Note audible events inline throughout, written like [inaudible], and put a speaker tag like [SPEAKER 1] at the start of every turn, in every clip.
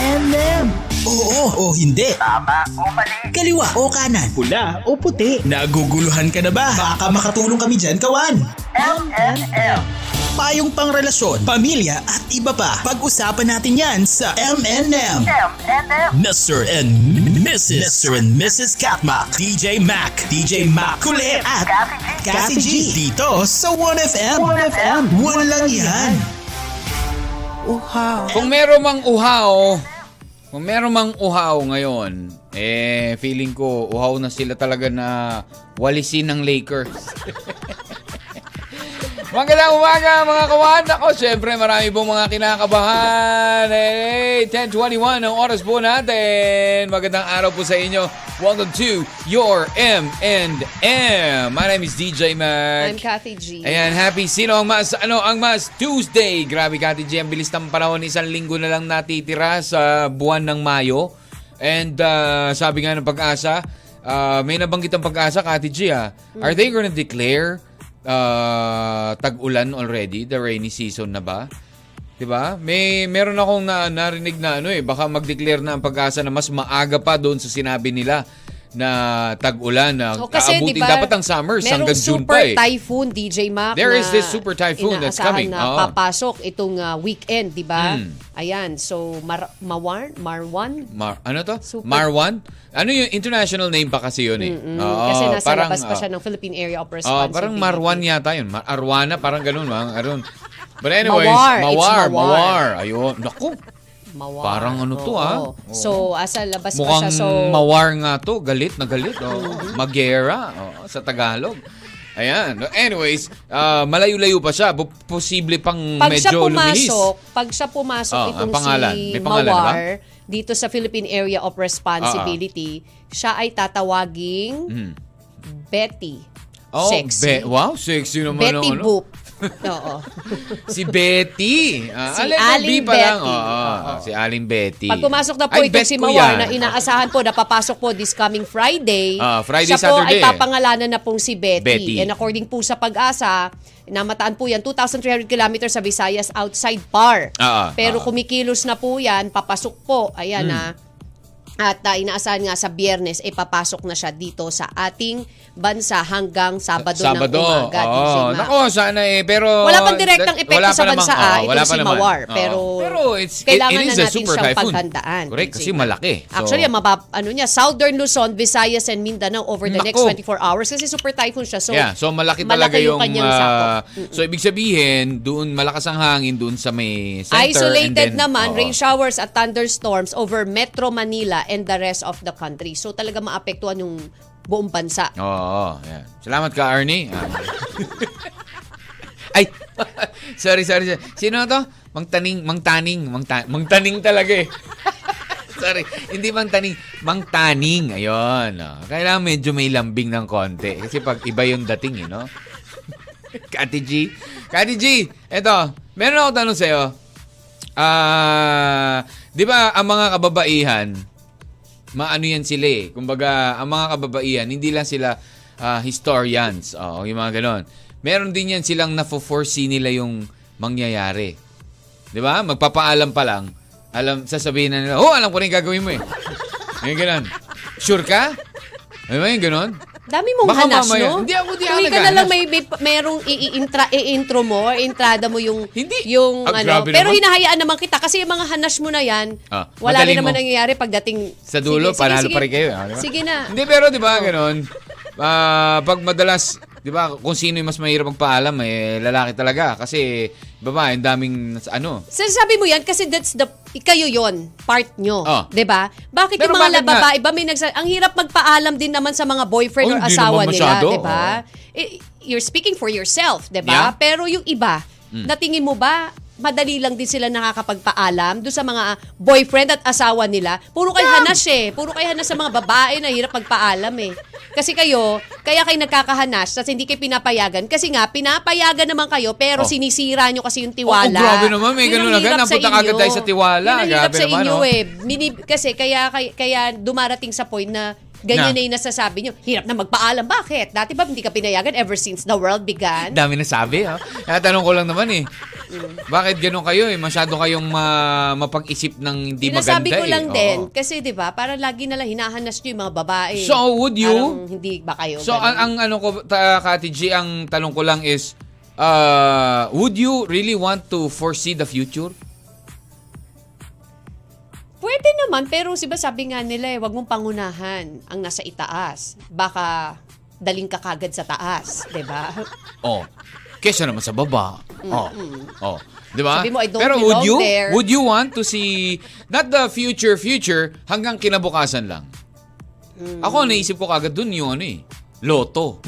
[SPEAKER 1] M&M. Oo o hindi.
[SPEAKER 2] Tama o mali.
[SPEAKER 1] Kaliwa o kanan.
[SPEAKER 3] Pula o puti.
[SPEAKER 1] Naguguluhan ka na ba? Baka makatulong kami dyan, kawan.
[SPEAKER 2] MNM.
[SPEAKER 1] Payong pangrelasyon, pamilya at iba pa. Pag-usapan natin yan sa M&M.
[SPEAKER 2] MNM.
[SPEAKER 1] Mr. and Mrs. Mr. and Mrs. Katma. DJ Mac. DJ Mac. Kulit at
[SPEAKER 2] Kathy G.
[SPEAKER 1] Kathy G. Dito sa 1FM.
[SPEAKER 3] 1FM.
[SPEAKER 1] Walang yan.
[SPEAKER 4] Kung meron mang uhaw, kung meron mang uhaw ngayon, eh feeling ko uhaw na sila talaga na walisin ng Lakers. [laughs] Magandang umaga mga kawan. Ako, syempre marami pong mga kinakabahan. Eh, 10.21 ang oras po natin. Magandang araw po sa inyo. Welcome to your M&M. My name is DJ Mac.
[SPEAKER 5] I'm Kathy G.
[SPEAKER 4] Ayan, happy. Sino ang mas, ano, ang mas Tuesday? Grabe, Kati G, ang bilis ng panahon. Isang linggo na lang natitira sa buwan ng Mayo. And uh, sabi nga ng pag-asa, uh, may nabanggit ang pag-asa, Kati G, ah. Are they gonna declare uh, tag-ulan already? The rainy season na ba? 'Di ba? May meron akong na, narinig na ano eh, baka mag-declare na ang pag-asa na mas maaga pa doon sa sinabi nila na tag-ulan na
[SPEAKER 5] O, kasi,
[SPEAKER 4] aabutin
[SPEAKER 5] diba,
[SPEAKER 4] dapat ang summer hanggang June
[SPEAKER 5] Merong
[SPEAKER 4] pa
[SPEAKER 5] super
[SPEAKER 4] eh.
[SPEAKER 5] typhoon, DJ Mac.
[SPEAKER 4] There
[SPEAKER 5] na
[SPEAKER 4] is this super typhoon that's
[SPEAKER 5] inaasahan
[SPEAKER 4] coming. Oh. Hmm.
[SPEAKER 5] na
[SPEAKER 4] Oo.
[SPEAKER 5] papasok itong ah, weekend, di ba? Ayan, so Mar Mawan, Marwan?
[SPEAKER 4] Mar ano to?
[SPEAKER 5] Super-
[SPEAKER 4] Marwan? Ano yung international name pa kasi yun eh.
[SPEAKER 5] Mm,
[SPEAKER 4] Oo,
[SPEAKER 5] kasi nasa
[SPEAKER 4] parang,
[SPEAKER 5] labas pa siya
[SPEAKER 4] ah,
[SPEAKER 5] ng Philippine Area of
[SPEAKER 4] ah,
[SPEAKER 5] Responsibility.
[SPEAKER 4] parang Marwan yata yun. Mar- Arwana, parang ganun. Mga, arun. But anyways,
[SPEAKER 5] Mawar, it's
[SPEAKER 4] Mawar,
[SPEAKER 5] Mawar.
[SPEAKER 4] mawar. Ayun. Naku,
[SPEAKER 5] Mawar.
[SPEAKER 4] Parang ano to,
[SPEAKER 5] Oo.
[SPEAKER 4] ah. Oo.
[SPEAKER 5] So, asa labas pa
[SPEAKER 4] mukhang
[SPEAKER 5] siya. So, Mm-hmm.
[SPEAKER 4] mawar nga to. Galit na galit. Oh. Magera oh, sa Tagalog. Ayan. Anyways, ah, malayo-layo pa siya. Bu- Posible pang
[SPEAKER 5] pag siya
[SPEAKER 4] medyo lumihis.
[SPEAKER 5] pumasok, pag siya pumasok
[SPEAKER 4] Ah, ang
[SPEAKER 5] itong
[SPEAKER 4] pangalan.
[SPEAKER 5] si
[SPEAKER 4] May pangalan na ba?
[SPEAKER 5] Mawar dito sa Philippine Area of Responsibility,
[SPEAKER 4] Ah,
[SPEAKER 5] siya ay tatawaging Betty.
[SPEAKER 4] Hmm. Oh,
[SPEAKER 5] sexy.
[SPEAKER 4] be- wow, sexy naman.
[SPEAKER 5] Betty
[SPEAKER 4] ano, ano?
[SPEAKER 5] Boop. [laughs] Oo.
[SPEAKER 4] Si Betty. Ah,
[SPEAKER 5] Si
[SPEAKER 4] Aling
[SPEAKER 5] Aling
[SPEAKER 4] B pa lang.
[SPEAKER 5] Betty.
[SPEAKER 4] Oo, oo, Si Aling Betty.
[SPEAKER 5] Pag pumasok na po
[SPEAKER 4] Ay,
[SPEAKER 5] itong
[SPEAKER 4] bet
[SPEAKER 5] si
[SPEAKER 4] ko yan.
[SPEAKER 5] Mawar na inaasahan po na papasok po this coming Friday,
[SPEAKER 4] Ah, Friday,
[SPEAKER 5] siya
[SPEAKER 4] Saturday.
[SPEAKER 5] po ay papangalanan na pong si Betty.
[SPEAKER 4] Betty.
[SPEAKER 5] And according po sa pag-asa, namataan po yan 2,300 kilometers sa Visayas outside par.
[SPEAKER 4] Ah, ah, ah.
[SPEAKER 5] Pero
[SPEAKER 4] Hmm.
[SPEAKER 5] kumikilos na po yan, papasok po. Ayan na. At ah, inaasahan nga sa biyernes, eh papasok na siya dito sa ating bansa hanggang Sabado,
[SPEAKER 4] Sabado.
[SPEAKER 5] ng umaga. DJ
[SPEAKER 4] Oo.
[SPEAKER 5] Mac.
[SPEAKER 4] Nako, sana eh. Pero...
[SPEAKER 5] Wala pang direktang
[SPEAKER 4] that-
[SPEAKER 5] epekto
[SPEAKER 4] wala pa
[SPEAKER 5] sa
[SPEAKER 4] namang-
[SPEAKER 5] bansa, ah,
[SPEAKER 4] oo,
[SPEAKER 5] itong
[SPEAKER 4] wala pa
[SPEAKER 5] si
[SPEAKER 4] naman.
[SPEAKER 5] Mawar.
[SPEAKER 4] Oo.
[SPEAKER 5] Pero
[SPEAKER 4] pero it's, it-
[SPEAKER 5] kailangan
[SPEAKER 4] it is a
[SPEAKER 5] na natin
[SPEAKER 4] super
[SPEAKER 5] siyang
[SPEAKER 4] typhoon.
[SPEAKER 5] paghandaan,
[SPEAKER 4] Correct,
[SPEAKER 5] DJ
[SPEAKER 4] kasi
[SPEAKER 5] Mac.
[SPEAKER 4] malaki. So,
[SPEAKER 5] Actually, ang mabab, ano niya, Southern Luzon, Visayas, and Mindanao over the
[SPEAKER 4] Nako.
[SPEAKER 5] next 24 hours kasi super typhoon siya. So,
[SPEAKER 4] yeah, so malaki talaga yung...
[SPEAKER 5] kanyang
[SPEAKER 4] ah,
[SPEAKER 5] sakop.
[SPEAKER 4] so ibig sabihin, doon malakas ang hangin doon sa may center.
[SPEAKER 5] Isolated
[SPEAKER 4] and then, oo.
[SPEAKER 5] naman, rain showers at thunderstorms over Metro Manila and the rest of the country. So talaga maapektuhan yung buong bansa.
[SPEAKER 4] Oo, oh, Salamat ka, Arnie. Ah. [laughs] Ay, [laughs] sorry, sorry, sorry. Sino to? Mangtaning, mangtaning, mangtaning, mangtaning talaga eh. [laughs] sorry, hindi mangtaning, mangtaning. Ayun. Oh. Kailangan medyo may lambing ng konti. Kasi pag iba yung dating, eh, no? [laughs] Kati G. Kati G, eto, meron ako tanong sa'yo. Ah, di ba ang mga kababaihan, maano yan sila eh. Kumbaga, ang mga kababaihan, hindi lang sila ah, historians. Oo, yung mga ganon. Meron din yan silang nafo-foresee nila yung mangyayari. Di ba? Magpapaalam pa lang. Alam, sasabihin na nila, oh, alam ko rin gagawin mo eh. Yung ganon. Sure ka? Ano ba yung ganon?
[SPEAKER 5] Dami mong
[SPEAKER 4] Baka
[SPEAKER 5] hanas,
[SPEAKER 4] mamaya.
[SPEAKER 5] no?
[SPEAKER 4] Hindi ako, di ako
[SPEAKER 5] Tuloy ka na
[SPEAKER 4] naghanas.
[SPEAKER 5] lang may, may merong i-intra, i-intro mo, entrada mo yung
[SPEAKER 4] Hindi.
[SPEAKER 5] yung
[SPEAKER 4] Ah,
[SPEAKER 5] ano.
[SPEAKER 4] grabe
[SPEAKER 5] Pero
[SPEAKER 4] naman.
[SPEAKER 5] hinahayaan naman kita kasi yung mga hanas mo na yan,
[SPEAKER 4] Ah,
[SPEAKER 5] wala
[SPEAKER 4] madaling
[SPEAKER 5] rin naman
[SPEAKER 4] mo.
[SPEAKER 5] nangyayari pagdating
[SPEAKER 4] Sa dulo,
[SPEAKER 5] Sige, sige,
[SPEAKER 4] panalo
[SPEAKER 5] sige.
[SPEAKER 4] pa rin kayo. ah, di ba?
[SPEAKER 5] Sige na.
[SPEAKER 4] Hindi, pero di ba, ganun. Ah, pag madalas, di ba, kung sino yung mas mahirap magpaalam, eh, lalaki talaga. Kasi, babae, ang daming, ano,
[SPEAKER 5] Sinasabi mo yan kasi that's the kayo yon part nyo.
[SPEAKER 4] Oh.
[SPEAKER 5] 'Di ba? Bakit
[SPEAKER 4] Pero
[SPEAKER 5] yung mga
[SPEAKER 4] bakit nga?
[SPEAKER 5] babae ba may nagsa- ang hirap magpaalam din naman sa mga
[SPEAKER 4] Oh,
[SPEAKER 5] boyfriend or
[SPEAKER 4] hindi
[SPEAKER 5] asawa
[SPEAKER 4] naman
[SPEAKER 5] nila,
[SPEAKER 4] masyado.
[SPEAKER 5] 'di ba? I- You're speaking for yourself, 'di ba?
[SPEAKER 4] Yeah. Hmm.
[SPEAKER 5] Pero yung iba, natingin mo ba madali lang din sila nakakapagpaalam do sa mga boyfriend at asawa nila. Puro kay hanas eh. Puro kay hanas sa mga babae na hirap magpaalam eh. Kasi kayo, kaya kayo nagkakahanas tapos hindi kayo pinapayagan. Kasi nga, pinapayagan naman kayo pero
[SPEAKER 4] Oh.
[SPEAKER 5] sinisira nyo kasi yung tiwala.
[SPEAKER 4] Oo, grabe naman. May
[SPEAKER 5] Yun
[SPEAKER 4] ganun
[SPEAKER 5] ang
[SPEAKER 4] agad.
[SPEAKER 5] hirap sa
[SPEAKER 4] Napunta
[SPEAKER 5] inyo.
[SPEAKER 4] agad tayo sa tiwala.
[SPEAKER 5] Yun ang hirap
[SPEAKER 4] Grabe
[SPEAKER 5] sa
[SPEAKER 4] naman,
[SPEAKER 5] inyo
[SPEAKER 4] oh.
[SPEAKER 5] eh. Mini- kasi kaya, kaya, kaya dumarating sa point na
[SPEAKER 4] Na.
[SPEAKER 5] Ganyan na. yung nasasabi nyo. Hirap na magpaalam. Bakit? Dati ba hindi ka pinayagan ever since the world began?
[SPEAKER 4] Dami na sabi, ha? Natanong ko lang naman, eh. Bakit ganun kayo, eh? Masyado kayong ma- mapag-isip ng hindi maganda,
[SPEAKER 5] Sinasabi ko
[SPEAKER 4] eh.
[SPEAKER 5] lang
[SPEAKER 4] Oo.
[SPEAKER 5] din. Kasi di ba parang lagi nalang hinahanas nyo yung mga babae.
[SPEAKER 4] So, would you?
[SPEAKER 5] Parang hindi ba kayo?
[SPEAKER 4] So,
[SPEAKER 5] ganun?
[SPEAKER 4] ang, ang ano ko, ta, Kati G, ang tanong ko lang is, uh, would you really want to foresee the future?
[SPEAKER 5] Pwede naman, pero si ba sabi nga nila eh, wag mong pangunahan ang nasa itaas. Baka daling ka kagad sa taas, di ba? [laughs]
[SPEAKER 4] Oh. Kesa naman sa baba. Oh. Oh. Di ba?
[SPEAKER 5] Sabi mo, I don't
[SPEAKER 4] Pero would you,
[SPEAKER 5] belong there.
[SPEAKER 4] would you want to see, not the future future, hanggang kinabukasan lang?
[SPEAKER 5] Mm.
[SPEAKER 4] Ako, naisip ko kagad dun yung ano eh, loto.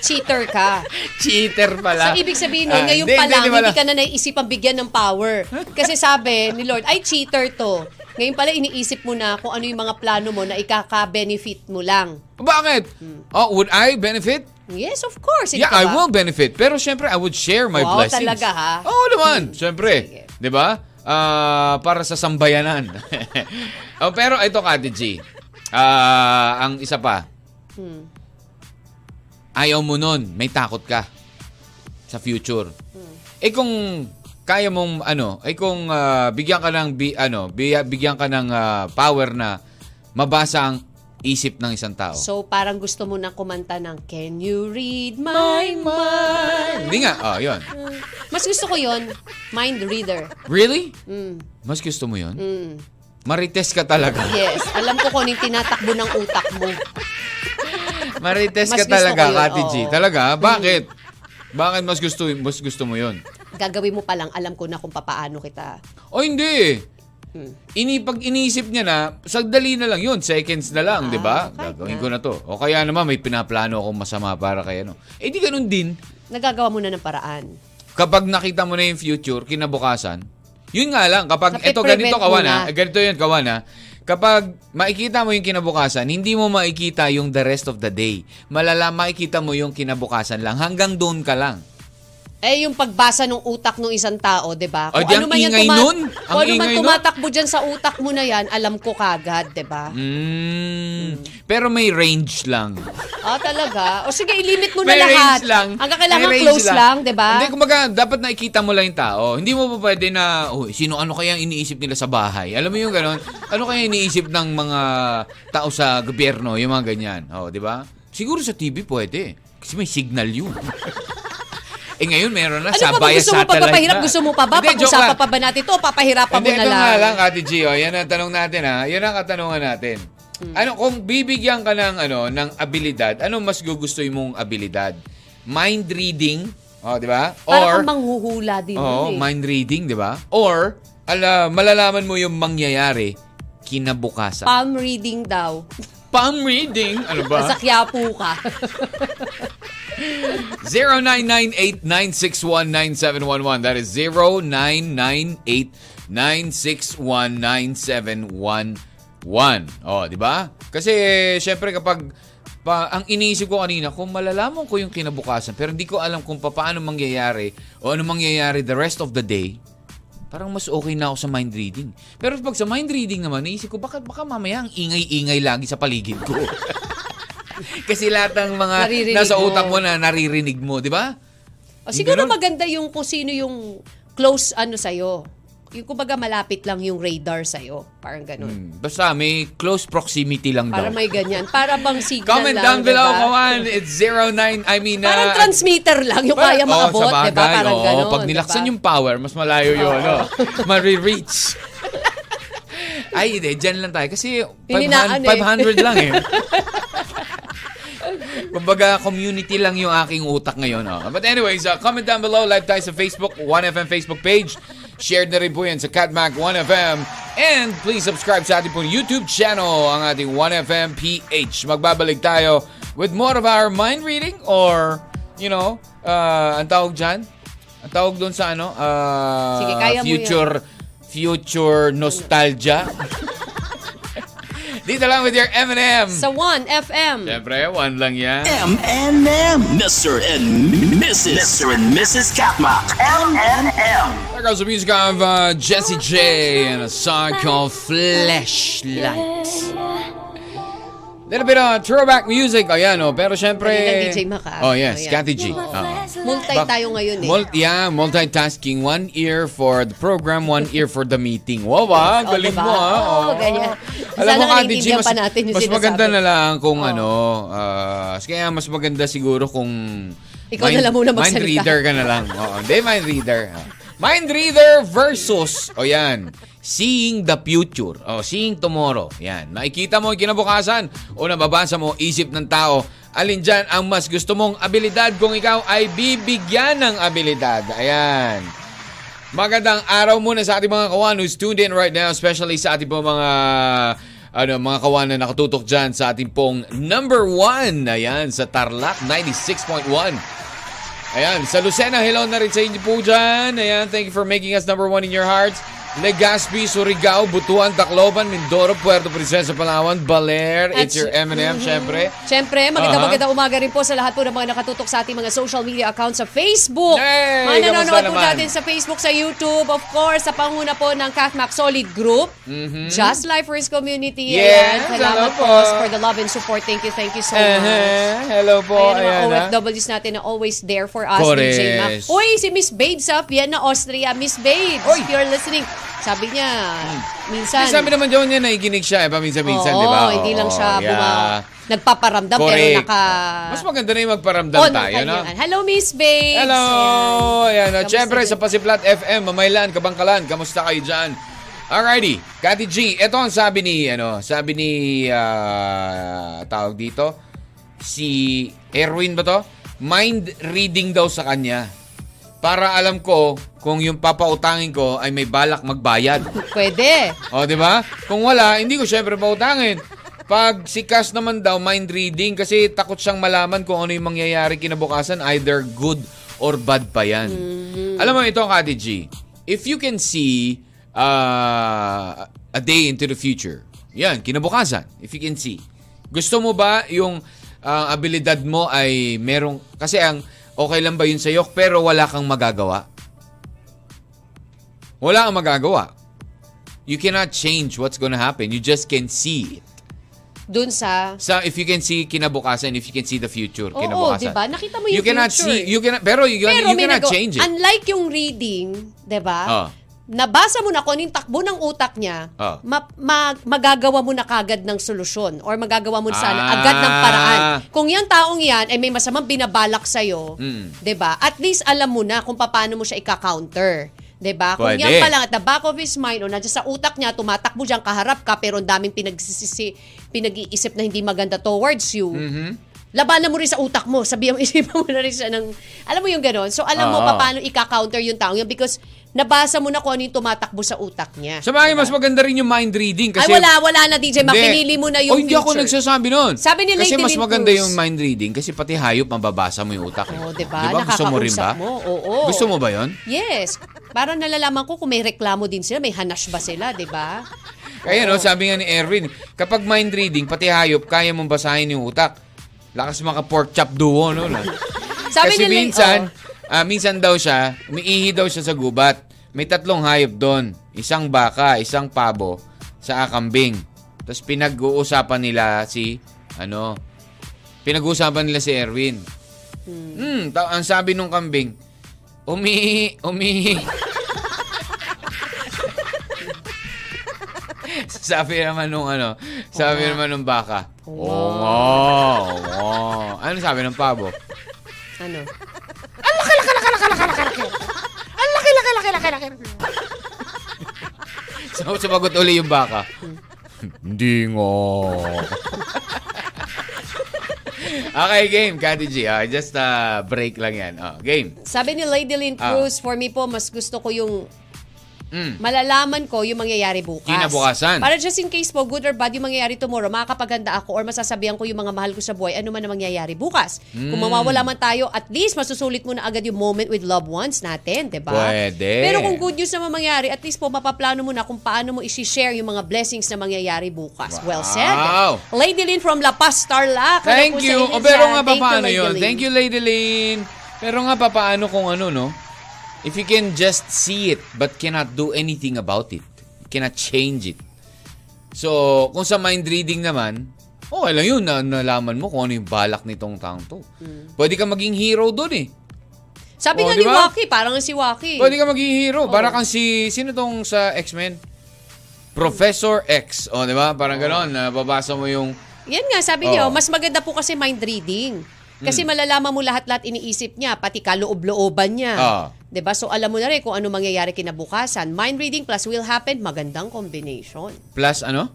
[SPEAKER 5] Cheater ka.
[SPEAKER 4] Cheater pala.
[SPEAKER 5] So, ibig sabihin
[SPEAKER 4] Ah,
[SPEAKER 5] nun, ngayon
[SPEAKER 4] hindi,
[SPEAKER 5] pa lang,
[SPEAKER 4] wala.
[SPEAKER 5] hindi ka na naiisipang bigyan ng power. Kasi sabi ni Lord, ay, cheater to. Ngayon pala, iniisip mo na kung ano yung mga plano mo na ikaka-benefit mo lang.
[SPEAKER 4] Bakit? Oh, would I benefit?
[SPEAKER 5] Yes, of course. hindi
[SPEAKER 4] Yeah,
[SPEAKER 5] Hmm. ka
[SPEAKER 4] I
[SPEAKER 5] ba?
[SPEAKER 4] will benefit. Pero syempre, I would share my
[SPEAKER 5] Wow,
[SPEAKER 4] blessings.
[SPEAKER 5] talaga, ha? Hmm.
[SPEAKER 4] Oo naman, syempre.
[SPEAKER 5] Sige.
[SPEAKER 4] 'Di ba? Ah, para sa sambayanan. [laughs] oh, pero ito Kati G. Ah, ang isa pa.
[SPEAKER 5] Hmm.
[SPEAKER 4] Ayaw mo nun, may takot ka sa future.
[SPEAKER 5] Hmm.
[SPEAKER 4] Eh kung kaya mong ano, eh kung ah, bigyan ka ng bi, ano, bi- bigyan ka ng ah, power na mabasa ang isip ng isang tao.
[SPEAKER 5] So, parang gusto mo na kumanta ng Can you read my mind?
[SPEAKER 4] Hindi nga, oh, 'yun.
[SPEAKER 5] Mas gusto ko yon mind reader.
[SPEAKER 4] Really?
[SPEAKER 5] Mm,
[SPEAKER 4] Mas gusto mo 'yun?
[SPEAKER 5] mm.
[SPEAKER 4] Marites ka talaga.
[SPEAKER 5] [laughs] Yes, alam ko kung ano yung tinatakbo ng utak mo.
[SPEAKER 4] Marites ka
[SPEAKER 5] Mas gusto ko
[SPEAKER 4] talaga,
[SPEAKER 5] yun,
[SPEAKER 4] Kati G.
[SPEAKER 5] oo.
[SPEAKER 4] Talaga? Bakit? Bakit mas gusto, mas gusto mo yun?
[SPEAKER 5] Gagawin mo pa lang, alam ko na kung papaano kita.
[SPEAKER 4] O hindi eh.
[SPEAKER 5] Hmm.
[SPEAKER 4] Ini, pag iniisip niya na, sagdali na lang yun, seconds na lang, di ba?
[SPEAKER 5] Ah, kahit
[SPEAKER 4] Gagawin
[SPEAKER 5] na.
[SPEAKER 4] ko na to. O kaya naman, may pinaplano akong masama para kay ano. Eh di ganun din.
[SPEAKER 5] Nagagawa mo na ng paraan.
[SPEAKER 4] Kapag nakita mo na yung future, kinabukasan, yun nga lang, kapag
[SPEAKER 5] Kapit
[SPEAKER 4] eto ganito
[SPEAKER 5] prevent
[SPEAKER 4] kawan
[SPEAKER 5] mo
[SPEAKER 4] ha,
[SPEAKER 5] na.
[SPEAKER 4] ganito yun kawan ha, kapag makikita mo yung kinabukasan, hindi mo makikita yung the rest of the day. Malala, makikita mo yung kinabukasan lang, hanggang doon ka lang.
[SPEAKER 5] Eh, yung pagbasa ng utak ng isang tao, di ba? ano
[SPEAKER 4] O, di, ang ingay nun. Ang
[SPEAKER 5] kung ano man
[SPEAKER 4] ingay nun.
[SPEAKER 5] tumatakbo dyan sa utak mo na yan, alam ko kagad, di ba?
[SPEAKER 4] Mm.
[SPEAKER 5] Hmm.
[SPEAKER 4] Pero may range lang.
[SPEAKER 5] Ah, talaga? O sige, ilimit mo na
[SPEAKER 4] May
[SPEAKER 5] lahat.
[SPEAKER 4] range lang.
[SPEAKER 5] Hanggang kailangan
[SPEAKER 4] May range
[SPEAKER 5] close lang, diba? di ba?
[SPEAKER 4] Hindi, kumbaga, dapat nakikita mo lang yung tao. Hindi mo pa pwede na, oh, sino ano kaya ang iniisip nila sa bahay? Alam mo yung ganun? Ano kaya iniisip ng mga tao sa gobyerno? Yung mga ganyan. Oh, di ba? Siguro sa TV pwede. Kasi may signal yun. [laughs] eh ngayon meron na
[SPEAKER 5] Ano
[SPEAKER 4] sa
[SPEAKER 5] pa ba
[SPEAKER 4] via
[SPEAKER 5] gusto mo
[SPEAKER 4] satellite
[SPEAKER 5] pagpapahirap?
[SPEAKER 4] na.
[SPEAKER 5] Gusto mo pa ba?
[SPEAKER 4] Hindi, joke
[SPEAKER 5] Pag-usapan
[SPEAKER 4] lang.
[SPEAKER 5] pa ba natin to? Papahirapan mo
[SPEAKER 4] Hindi,
[SPEAKER 5] na
[SPEAKER 4] ito
[SPEAKER 5] lang.
[SPEAKER 4] nga lang, Ate Gio. Yan ang tanong natin, ha? Yan ang katanungan natin.
[SPEAKER 5] Hmm.
[SPEAKER 4] Ano, kung bibigyan ka ng, ano, ng abilidad, ano mas gugustuhin mong abilidad? Mind reading, o, di ba?
[SPEAKER 5] Parang kang manghuhula din.
[SPEAKER 4] oh,
[SPEAKER 5] yun eh.
[SPEAKER 4] mind reading, di ba? Or, ala, malalaman mo yung mangyayari kinabukasan.
[SPEAKER 5] Palm reading daw.
[SPEAKER 4] Palm reading? Ano ba?
[SPEAKER 5] Sa Quiapo
[SPEAKER 4] [laughs]
[SPEAKER 5] ka.
[SPEAKER 4] 0998-961-9711. That is 0998-961-9711. Oh, di ba? Kasi, syempre, kapag pa, ang iniisip ko kanina, kung malalaman ko yung kinabukasan, pero hindi ko alam kung paano mangyayari o ano mangyayari the rest of the day, parang mas okay na ako sa mind reading. Pero pag sa mind reading naman, naisip ko, baka, baka mamaya ang ingay-ingay lagi sa paligid ko. [laughs] Kasi lahat ng mga
[SPEAKER 5] Naririnig
[SPEAKER 4] nasa
[SPEAKER 5] mo.
[SPEAKER 4] utak mo na naririnig mo, di ba?
[SPEAKER 5] O, siguro
[SPEAKER 4] Ganun.
[SPEAKER 5] maganda yung kung sino yung close ano sa'yo. Yung kumbaga malapit lang yung radar sa'yo. Parang ganun.
[SPEAKER 4] Hmm, Basta may close proximity lang
[SPEAKER 5] Para
[SPEAKER 4] daw.
[SPEAKER 5] may ganyan. Para bang signal
[SPEAKER 4] [laughs] Comment
[SPEAKER 5] lang.
[SPEAKER 4] down below, ano
[SPEAKER 5] diba?
[SPEAKER 4] kawan. It's 09, I mean, ah,
[SPEAKER 5] Parang transmitter lang yung
[SPEAKER 4] Parang-
[SPEAKER 5] kaya
[SPEAKER 4] Oo,
[SPEAKER 5] maabot.
[SPEAKER 4] sa
[SPEAKER 5] diba?
[SPEAKER 4] bagay,
[SPEAKER 5] Parang
[SPEAKER 4] oo.
[SPEAKER 5] ganun.
[SPEAKER 4] Pag nilaksan
[SPEAKER 5] diba?
[SPEAKER 4] yung power, mas malayo yun.
[SPEAKER 5] [laughs]
[SPEAKER 4] no? Mare-reach. Ay, hindi. Dyan lang tayo. Kasi 500,
[SPEAKER 5] Hininaan eh.
[SPEAKER 4] 500 lang
[SPEAKER 5] [laughs]
[SPEAKER 4] eh. Kumbaga, community lang yung aking utak ngayon. Oh. But anyways, uh, comment down below. Live tayo sa Facebook, 1FM Facebook page. Share na rin po yan sa Catmac 1FM. And please subscribe sa ating pong YouTube channel, ang ating 1FM PH. Magbabalik tayo with more of our mind reading or, you know, uh, ang tawag dyan? Ang tawag doon sa ano? Uh,
[SPEAKER 5] Sige, kaya mo yun.
[SPEAKER 4] future, Future
[SPEAKER 5] [laughs]
[SPEAKER 4] nostalgia. Dito lang with your M&M.
[SPEAKER 5] Sa 1FM.
[SPEAKER 4] Siyempre, one lang yan.
[SPEAKER 1] M and M. Mr. and Mrs. Mr. and Mrs. Katmak.
[SPEAKER 2] MNM.
[SPEAKER 4] There goes the music of uh, Jesse J and a song called Flashlight. Little bit of throwback music. Ayan, oh. Pero syempre...
[SPEAKER 5] Galing ng DJ Mac, ah.
[SPEAKER 4] Oh, yes.
[SPEAKER 5] Oh, yeah.
[SPEAKER 4] Cathy G. Oo.
[SPEAKER 5] Multi tayo ngayon eh.
[SPEAKER 4] Mul- yeah, multitasking. One ear for the program, one ear for the meeting. Wow, ah,
[SPEAKER 5] Oh,
[SPEAKER 4] galing
[SPEAKER 5] diba?
[SPEAKER 4] mo, ah.
[SPEAKER 5] Oo, ganyan.
[SPEAKER 4] Alam
[SPEAKER 5] Sana
[SPEAKER 4] mo, Ate G,
[SPEAKER 5] naiintindihan
[SPEAKER 4] mas,
[SPEAKER 5] pa natin yung
[SPEAKER 4] mas
[SPEAKER 5] sinasabi.
[SPEAKER 4] maganda na lang kung ano, ah, kaya mas maganda siguro kung
[SPEAKER 5] Ikaw na lang muna
[SPEAKER 4] Mind
[SPEAKER 5] magsalita.
[SPEAKER 4] reader ka na lang. Oo, hindi, mind reader. Ah. Mind reader versus, o yan, seeing the future. O, seeing tomorrow. Yan, nakikita mo yung kinabukasan o nababasa mo isip ng tao. Alin dyan ang mas gusto mong abilidad kung ikaw ay bibigyan ng abilidad. Ayan. Magandang araw muna sa ating mga kawan who's tuned in right now, especially sa ating pong mga ano, mga kawan na nakatutok dyan sa ating pong number one. Ayan, sa Tarlac 96.1. Ayan, sa Lucena, hello na rin sa inyo po dyan. Ayan, thank you for making us number one in your hearts. Legazpi, Surigao, Butuan, Tacloban, Mindoro, Puerto Princesa, Palawan, Baler, It's
[SPEAKER 5] At
[SPEAKER 4] Your
[SPEAKER 5] sy-
[SPEAKER 4] M&M, syempre.
[SPEAKER 5] Siyempre, maganda
[SPEAKER 4] Aha.
[SPEAKER 5] maganda umaga rin po sa lahat po ng mga nakatutok sa ating mga social media accounts sa Facebook.
[SPEAKER 4] Yay!
[SPEAKER 5] mga nanonood
[SPEAKER 4] Kamusta
[SPEAKER 5] po
[SPEAKER 4] naman?
[SPEAKER 5] natin sa Facebook, sa YouTube, of course, sa panguna po ng Kakmak Solid Group, Just Lifers
[SPEAKER 4] Mm-hmm.
[SPEAKER 5] Community.
[SPEAKER 4] Yes,
[SPEAKER 5] Ayan, salamat
[SPEAKER 4] hello
[SPEAKER 5] po.
[SPEAKER 4] po.
[SPEAKER 5] for the love and support. Thank you, thank you so much.
[SPEAKER 4] Eh, Hello po.
[SPEAKER 5] Ayan,
[SPEAKER 4] ayan, ah.
[SPEAKER 5] mga OFWs natin na always there for us.
[SPEAKER 4] Correct.
[SPEAKER 5] DJ Mac. Uy, si Miss Babe sa Vienna, Austria. Miss Babe,
[SPEAKER 4] Uy.
[SPEAKER 5] if you're listening, sabi niya, minsan,
[SPEAKER 4] Kasi sabi naman dyan niya, naiginig siya eh, paminsan-minsan,
[SPEAKER 5] oo,
[SPEAKER 4] di ba?
[SPEAKER 5] hindi lang
[SPEAKER 4] Oo,
[SPEAKER 5] siya
[SPEAKER 4] yeah.
[SPEAKER 5] buma- nagpaparamdam, pero
[SPEAKER 4] Correct.
[SPEAKER 5] naka...
[SPEAKER 4] Mas maganda na yung magparamdam
[SPEAKER 5] on ang
[SPEAKER 4] tayo, no?
[SPEAKER 5] kanyang- Hello, Miss Babes!
[SPEAKER 4] Hello! Ayan,
[SPEAKER 5] Kamusta
[SPEAKER 4] at syempre
[SPEAKER 5] din?
[SPEAKER 4] sa Pasiplat FM, Mamaylan, Kabangkalan, kamusta kayo dyan? Alrighty, Kati G, ito ang sabi ni, ano, sabi ni, ah, tawag dito, si Erwin ba to? Mind reading daw sa kanya. Para alam ko kung yung papautangin ko ay may balak magbayad.
[SPEAKER 5] Pwede.
[SPEAKER 4] O, di ba? Kung wala, hindi ko syempre pautangin. Pag si Cass naman daw, mind reading, kasi takot siyang malaman kung ano yung mangyayari kinabukasan, either good or bad pa yan. Alam mo ito, Kati G, if you can see uh, a day into the future, yan, kinabukasan, if you can see. Gusto mo ba yung uh, abilidad mo ay merong, kasi ang okay lang ba yun sa'yo, pero wala kang magagawa? Wala kang magagawa. You cannot change what's gonna happen. You just can see it.
[SPEAKER 5] Dun sa...
[SPEAKER 4] So if you can see kinabukasan, if you can see the future,
[SPEAKER 5] Oo,
[SPEAKER 4] kinabukasan.
[SPEAKER 5] diba? Nakita mo yung
[SPEAKER 4] you cannot
[SPEAKER 5] future. eh.
[SPEAKER 4] See, you cannot, pero you,
[SPEAKER 5] Pero
[SPEAKER 4] you
[SPEAKER 5] may
[SPEAKER 4] cannot
[SPEAKER 5] nagawa-
[SPEAKER 4] change it. Ah.
[SPEAKER 5] Unlike yung reading, di ba?
[SPEAKER 4] Oo.
[SPEAKER 5] Nabasa mo na kung anong takbo ng utak niya,
[SPEAKER 4] Oo.
[SPEAKER 5] ma- ma- magagawa mo na kagad ng solusyon or magagawa mo sana
[SPEAKER 4] Ah.
[SPEAKER 5] agad ng paraan. Kung yung taong yan ay may masamang binabalak sa'yo,
[SPEAKER 4] Mm.
[SPEAKER 5] di ba? At least alam mo na kung paano mo siya ika-counter. 'di ba? Kung
[SPEAKER 4] Pwede.
[SPEAKER 5] yan pa lang at the back of his mind o nandiyan sa utak niya, tumatakbo diyan kaharap ka pero ang daming pinagsisisi, pinag-iisip na hindi maganda towards you
[SPEAKER 4] Mm-hmm.
[SPEAKER 5] labanan mo rin sa utak mo. Sabi [laughs] mo, isipan mo na rin siya ng, alam mo yung gano'n. So, alam mo
[SPEAKER 4] Oo.
[SPEAKER 5] pa paano ika-counter yung taong yun because nabasa mo na kung ano yung tumatakbo sa utak niya.
[SPEAKER 4] Sa bagay, mas maganda rin yung mind reading kasi...
[SPEAKER 5] Ay, wala, wala na, DJ.
[SPEAKER 4] Hindi.
[SPEAKER 5] Makinili mo na yung
[SPEAKER 4] oh, hindi ako
[SPEAKER 5] future.
[SPEAKER 4] nagsasabi nun.
[SPEAKER 5] Sabi ni
[SPEAKER 4] Kasi
[SPEAKER 5] Lady
[SPEAKER 4] mas
[SPEAKER 5] Lynn
[SPEAKER 4] maganda
[SPEAKER 5] Cruz.
[SPEAKER 4] yung mind reading kasi pati hayop mababasa mo yung utak. eh.
[SPEAKER 5] Oo, diba?
[SPEAKER 4] Gusto mo rin ba?
[SPEAKER 5] Nakakausap mo, oo.
[SPEAKER 4] Gusto mo ba yon?
[SPEAKER 5] Yes. Para nalalaman ko kung may reklamo din sila, may hanash ba sila, di ba?
[SPEAKER 4] Kaya no, oh, sabi nga ni Erwin, kapag mind reading, pati hayop, kaya mong basahin yung utak. Lakas maka pork chop duo, no? no?
[SPEAKER 5] Sabi
[SPEAKER 4] Kasi
[SPEAKER 5] nila-
[SPEAKER 4] minsan,
[SPEAKER 5] oo.
[SPEAKER 4] ah, minsan daw siya, umiihi daw siya sa gubat. May tatlong hayop doon. Isang baka, isang pabo, sa akambing. Tapos pinag-uusapan nila si, ano, pinag-uusapan nila si Erwin. Hmm, ta- ang sabi nung kambing, umihi, umihi. [laughs] sabi naman nung ano, sabi naman nung baka. Oo nga, oo nga. Ano sabi ng pabo?
[SPEAKER 5] Ano?
[SPEAKER 4] So, sumagot uli yung baka. Hindi nga. okay, game. Kati G. ah, just uh, break lang yan. Ah, game.
[SPEAKER 5] Sabi ni Lady Lynn
[SPEAKER 4] Ah.
[SPEAKER 5] Cruz, for me po, mas gusto ko yung
[SPEAKER 4] Mm.
[SPEAKER 5] malalaman ko yung mangyayari bukas.
[SPEAKER 4] Kinabukasan.
[SPEAKER 5] Para just in case po, good or bad yung mangyayari tomorrow, makakapaghanda ako or masasabihan ko yung mga mahal ko sa buhay, ano man ang mangyayari bukas. Kung
[SPEAKER 4] Hmm.
[SPEAKER 5] mawawala man tayo, at least masusulit mo na agad yung moment with loved ones natin, di ba?
[SPEAKER 4] Pwede.
[SPEAKER 5] Pero kung good news naman mangyayari, at least po, mapaplano mo na kung paano mo isi-share yung mga blessings na mangyayari bukas. Well said.
[SPEAKER 4] Wow.
[SPEAKER 5] Lady Lynn from La Paz, Tarlac. Ano po
[SPEAKER 4] Thank
[SPEAKER 5] sa
[SPEAKER 4] you. O,
[SPEAKER 5] inyo
[SPEAKER 4] pero
[SPEAKER 5] dyan?
[SPEAKER 4] nga pa
[SPEAKER 5] Thank you,
[SPEAKER 4] paano
[SPEAKER 5] Lady
[SPEAKER 4] yun?
[SPEAKER 5] Lynn.
[SPEAKER 4] Thank you, Lady Lynn. Pero nga pa paano kung ano, no? If you can just see it but cannot do anything about it. Cannot change it. So, kung sa mind reading naman, Okay lang yun, na, nalaman mo kung ano yung balak nitong taong to.
[SPEAKER 5] Mm.
[SPEAKER 4] Pwede ka maging hero doon eh.
[SPEAKER 5] Sabi
[SPEAKER 4] Oh,
[SPEAKER 5] nga
[SPEAKER 4] di
[SPEAKER 5] ni
[SPEAKER 4] ba? Oh,
[SPEAKER 5] Waki, parang si Waki.
[SPEAKER 4] Pwede ka maging hero.
[SPEAKER 5] Oo.
[SPEAKER 4] Para kang si, sino tong sa X-Men? Professor X. O, di ba?
[SPEAKER 5] Oh.
[SPEAKER 4] Parang gano'n, na babasa mo yung,
[SPEAKER 5] Yan nga,
[SPEAKER 4] Oo.
[SPEAKER 5] sabi niyo, mas maganda po kasi mind reading.
[SPEAKER 4] Mm.
[SPEAKER 5] Kasi malalaman mo lahat-lahat iniisip niya, pati kaloob-looban niya.
[SPEAKER 4] Oo.
[SPEAKER 5] 'Di ba? So alam mo na rin kung ano mangyayari kinabukasan. Mind reading plus will happen, magandang combination.
[SPEAKER 4] plus ano?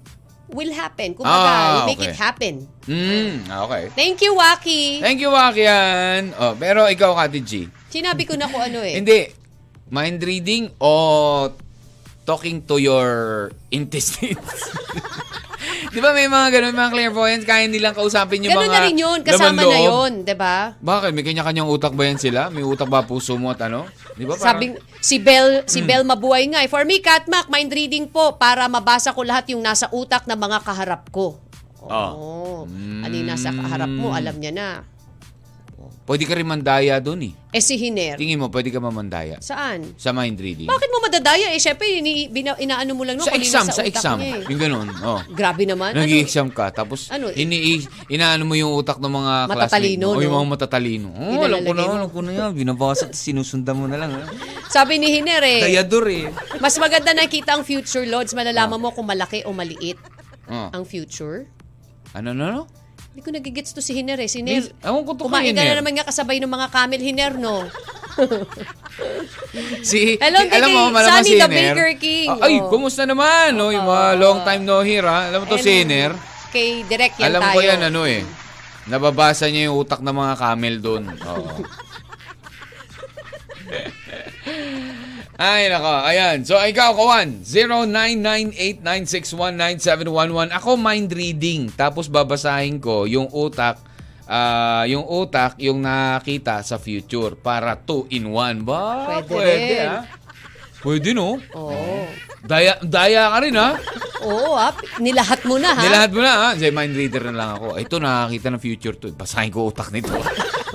[SPEAKER 5] Will happen. Kumbaga,
[SPEAKER 4] Ah,
[SPEAKER 5] you make
[SPEAKER 4] okay.
[SPEAKER 5] it happen.
[SPEAKER 4] Mm, ah, okay.
[SPEAKER 5] Thank you, Waki.
[SPEAKER 4] Thank you, Wakian. Oh, pero ikaw, Kati G.
[SPEAKER 5] Sinabi ko na kung ano eh.
[SPEAKER 4] Hindi. Mind reading o talking to your intestines? [laughs] Di ba may mga ganun, mga clairvoyants, kaya nilang kausapin yung
[SPEAKER 5] Ganun
[SPEAKER 4] mga
[SPEAKER 5] na rin yun. Kasama
[SPEAKER 4] laman
[SPEAKER 5] na
[SPEAKER 4] loob?
[SPEAKER 5] yun, 'di ba?
[SPEAKER 4] Bakit? May kanya-kanyang utak ba yan sila? May utak ba puso mo at ano? Di ba parang... Hmm.
[SPEAKER 5] Sabi si Bel si Bel mabuhay nga. eh. For me, Katmak, mind reading po para mabasa ko lahat yung nasa utak ng mga kaharap ko.
[SPEAKER 4] Ah. Hmm.
[SPEAKER 5] Oo. Ano yung nasa kaharap mo, alam niya na.
[SPEAKER 4] Pwede ka rin mandaya dun eh.
[SPEAKER 5] Eh si Hiner.
[SPEAKER 4] Tingin mo, pwede ka mamandaya
[SPEAKER 5] Saan?
[SPEAKER 4] sa mind reading.
[SPEAKER 5] Bakit mo madadaya? Eh, syempre, ini, bina, inaano mo lang. No,
[SPEAKER 4] Sa
[SPEAKER 5] kung ano yung
[SPEAKER 4] exam,
[SPEAKER 5] nasa
[SPEAKER 4] sa
[SPEAKER 5] utak
[SPEAKER 4] exam.
[SPEAKER 5] niya eh.
[SPEAKER 4] Yung
[SPEAKER 5] [laughs]
[SPEAKER 4] ganun, oh.
[SPEAKER 5] Grabe naman. Ano?
[SPEAKER 4] Nag-i-exam ka, tapos
[SPEAKER 5] Ano?
[SPEAKER 4] ini inaano mo yung utak ng mga
[SPEAKER 5] Matatalino,
[SPEAKER 4] classmate mo. O yung
[SPEAKER 5] no?
[SPEAKER 4] mga matatalino. Oh, alam ko na,
[SPEAKER 5] Inalalagay mo.
[SPEAKER 4] alam ko na yan. Binabasa, sinusundan mo na lang. ah.
[SPEAKER 5] Sabi ni Hiner eh,
[SPEAKER 4] Dayador eh.
[SPEAKER 5] mas maganda nakita ang future, Lods. Malalaman
[SPEAKER 4] Ah.
[SPEAKER 5] mo kung malaki o maliit
[SPEAKER 4] Oh.
[SPEAKER 5] ang future.
[SPEAKER 4] Ano, ano, ano?
[SPEAKER 5] Hindi ko nagigets to si Hiner eh. Si Hiner,
[SPEAKER 4] May- ewan ko to kay
[SPEAKER 5] kumain ka
[SPEAKER 4] Hiner.
[SPEAKER 5] na naman nga kasabay ng mga camel Hiner, no?
[SPEAKER 4] Si,
[SPEAKER 5] Hello,
[SPEAKER 4] si- alam
[SPEAKER 5] kay-
[SPEAKER 4] mo,
[SPEAKER 5] kay
[SPEAKER 4] malaman
[SPEAKER 5] Sunny
[SPEAKER 4] si
[SPEAKER 5] the
[SPEAKER 4] Iner.
[SPEAKER 5] Baker King,
[SPEAKER 4] Ah, ay,
[SPEAKER 5] oh. Ah.
[SPEAKER 4] kumusta naman? No? Yung mga long time no here, ha? Alam mo to, si Iner.
[SPEAKER 5] Kay Direk yan
[SPEAKER 4] Alam
[SPEAKER 5] tayo.
[SPEAKER 4] ko yan, ano eh. Nababasa niya yung utak ng mga camel doon.
[SPEAKER 5] [laughs]
[SPEAKER 4] Oo. Ay, nako. Ayan. So, ikaw, Kawan. 099896197111. Ako, mind reading. Tapos, babasahin ko yung utak ah, yung utak, yung nakita sa future para two in one. Ba,
[SPEAKER 5] Pwede rin.
[SPEAKER 4] ah. Pwede, no?
[SPEAKER 5] Oo.
[SPEAKER 4] Daya, daya ka rin, ha?
[SPEAKER 5] Oo, ah. Nilahat mo na, ha?
[SPEAKER 4] Nilahat mo na, ha? Kasi mind reader na lang ako. Ito, nakakita ng future to. Basahin ko utak nito.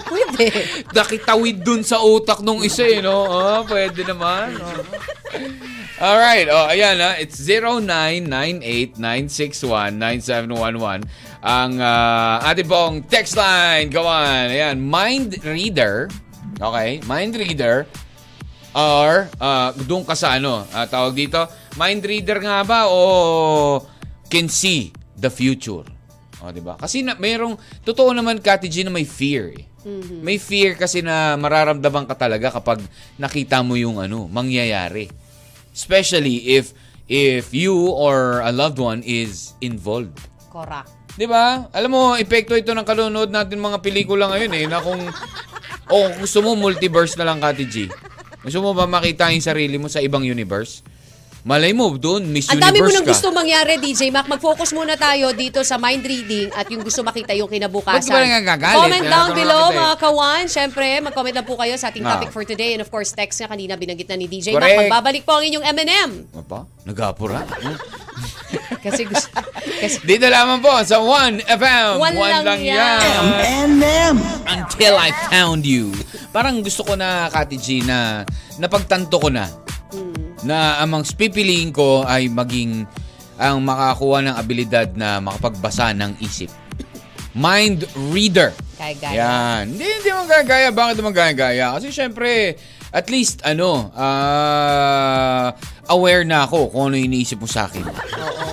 [SPEAKER 5] Pwede.
[SPEAKER 4] Nakitawid dun sa utak nung isa, eh, no? Oh, pwede naman. Oh. Alright, oh, ayan ha. It's 0998-961-9711. Ang ah, ating pong text line. Go on. Ayan, mind reader. Okay, mind reader. Or, ah, doon ka sa ano, ah, tawag dito, mind reader nga ba o can see the future? O, di ba? Kasi na, mayroong, totoo naman, Kati G, na may fear eh. May fear kasi na mararamdaman ka talaga kapag nakita mo yung ano, mangyayari. Especially if if you or a loved one is involved.
[SPEAKER 5] Correct.
[SPEAKER 4] 'Di ba? Alam mo, epekto ito ng kalunod natin mga pelikula ngayon eh na kung o kung gusto mo multiverse na lang Kati G. Gusto mo ba makita yung sarili mo sa ibang universe? Malay mo doon Miss
[SPEAKER 5] Ang dami mo
[SPEAKER 4] Universe
[SPEAKER 5] nang
[SPEAKER 4] ka.
[SPEAKER 5] gusto mangyari, DJ Mac. Mag-focus muna tayo dito sa mind reading at yung gusto makita yung
[SPEAKER 4] Ba't
[SPEAKER 5] kinabukasan.
[SPEAKER 4] ka ba nangagagalit?
[SPEAKER 5] Comment down
[SPEAKER 4] Nagkaroon
[SPEAKER 5] below,
[SPEAKER 4] lang kita eh.
[SPEAKER 5] mga kawan. Siyempre, mag-comment lang po kayo sa ating
[SPEAKER 4] Ah.
[SPEAKER 5] topic for today. And of course, text nga kanina binanggit na ni DJ
[SPEAKER 4] Correct.
[SPEAKER 5] Mac. Magbabalik po ang inyong M&M.
[SPEAKER 4] Apa? Nagapura? Hmm?
[SPEAKER 5] Kasi gusto... [laughs] kasi,
[SPEAKER 4] Dito lamang po sa 1FM.
[SPEAKER 5] One lang yan.
[SPEAKER 1] M&M.
[SPEAKER 4] Until I found you. Parang gusto ko na, Kati G, na napagtanto ko na na amang pipiliin ko ay maging ang makakuha ng abilidad na makapagbasa ng isip. Mind reader.
[SPEAKER 5] Kaya-gaya.
[SPEAKER 4] Yan. Hindi, hindi mo gaya. Bakit naman gaya? Kasi syempre, at least, ano, ah, aware na ako kung ano yung iniisip mo sa akin.
[SPEAKER 5] oo.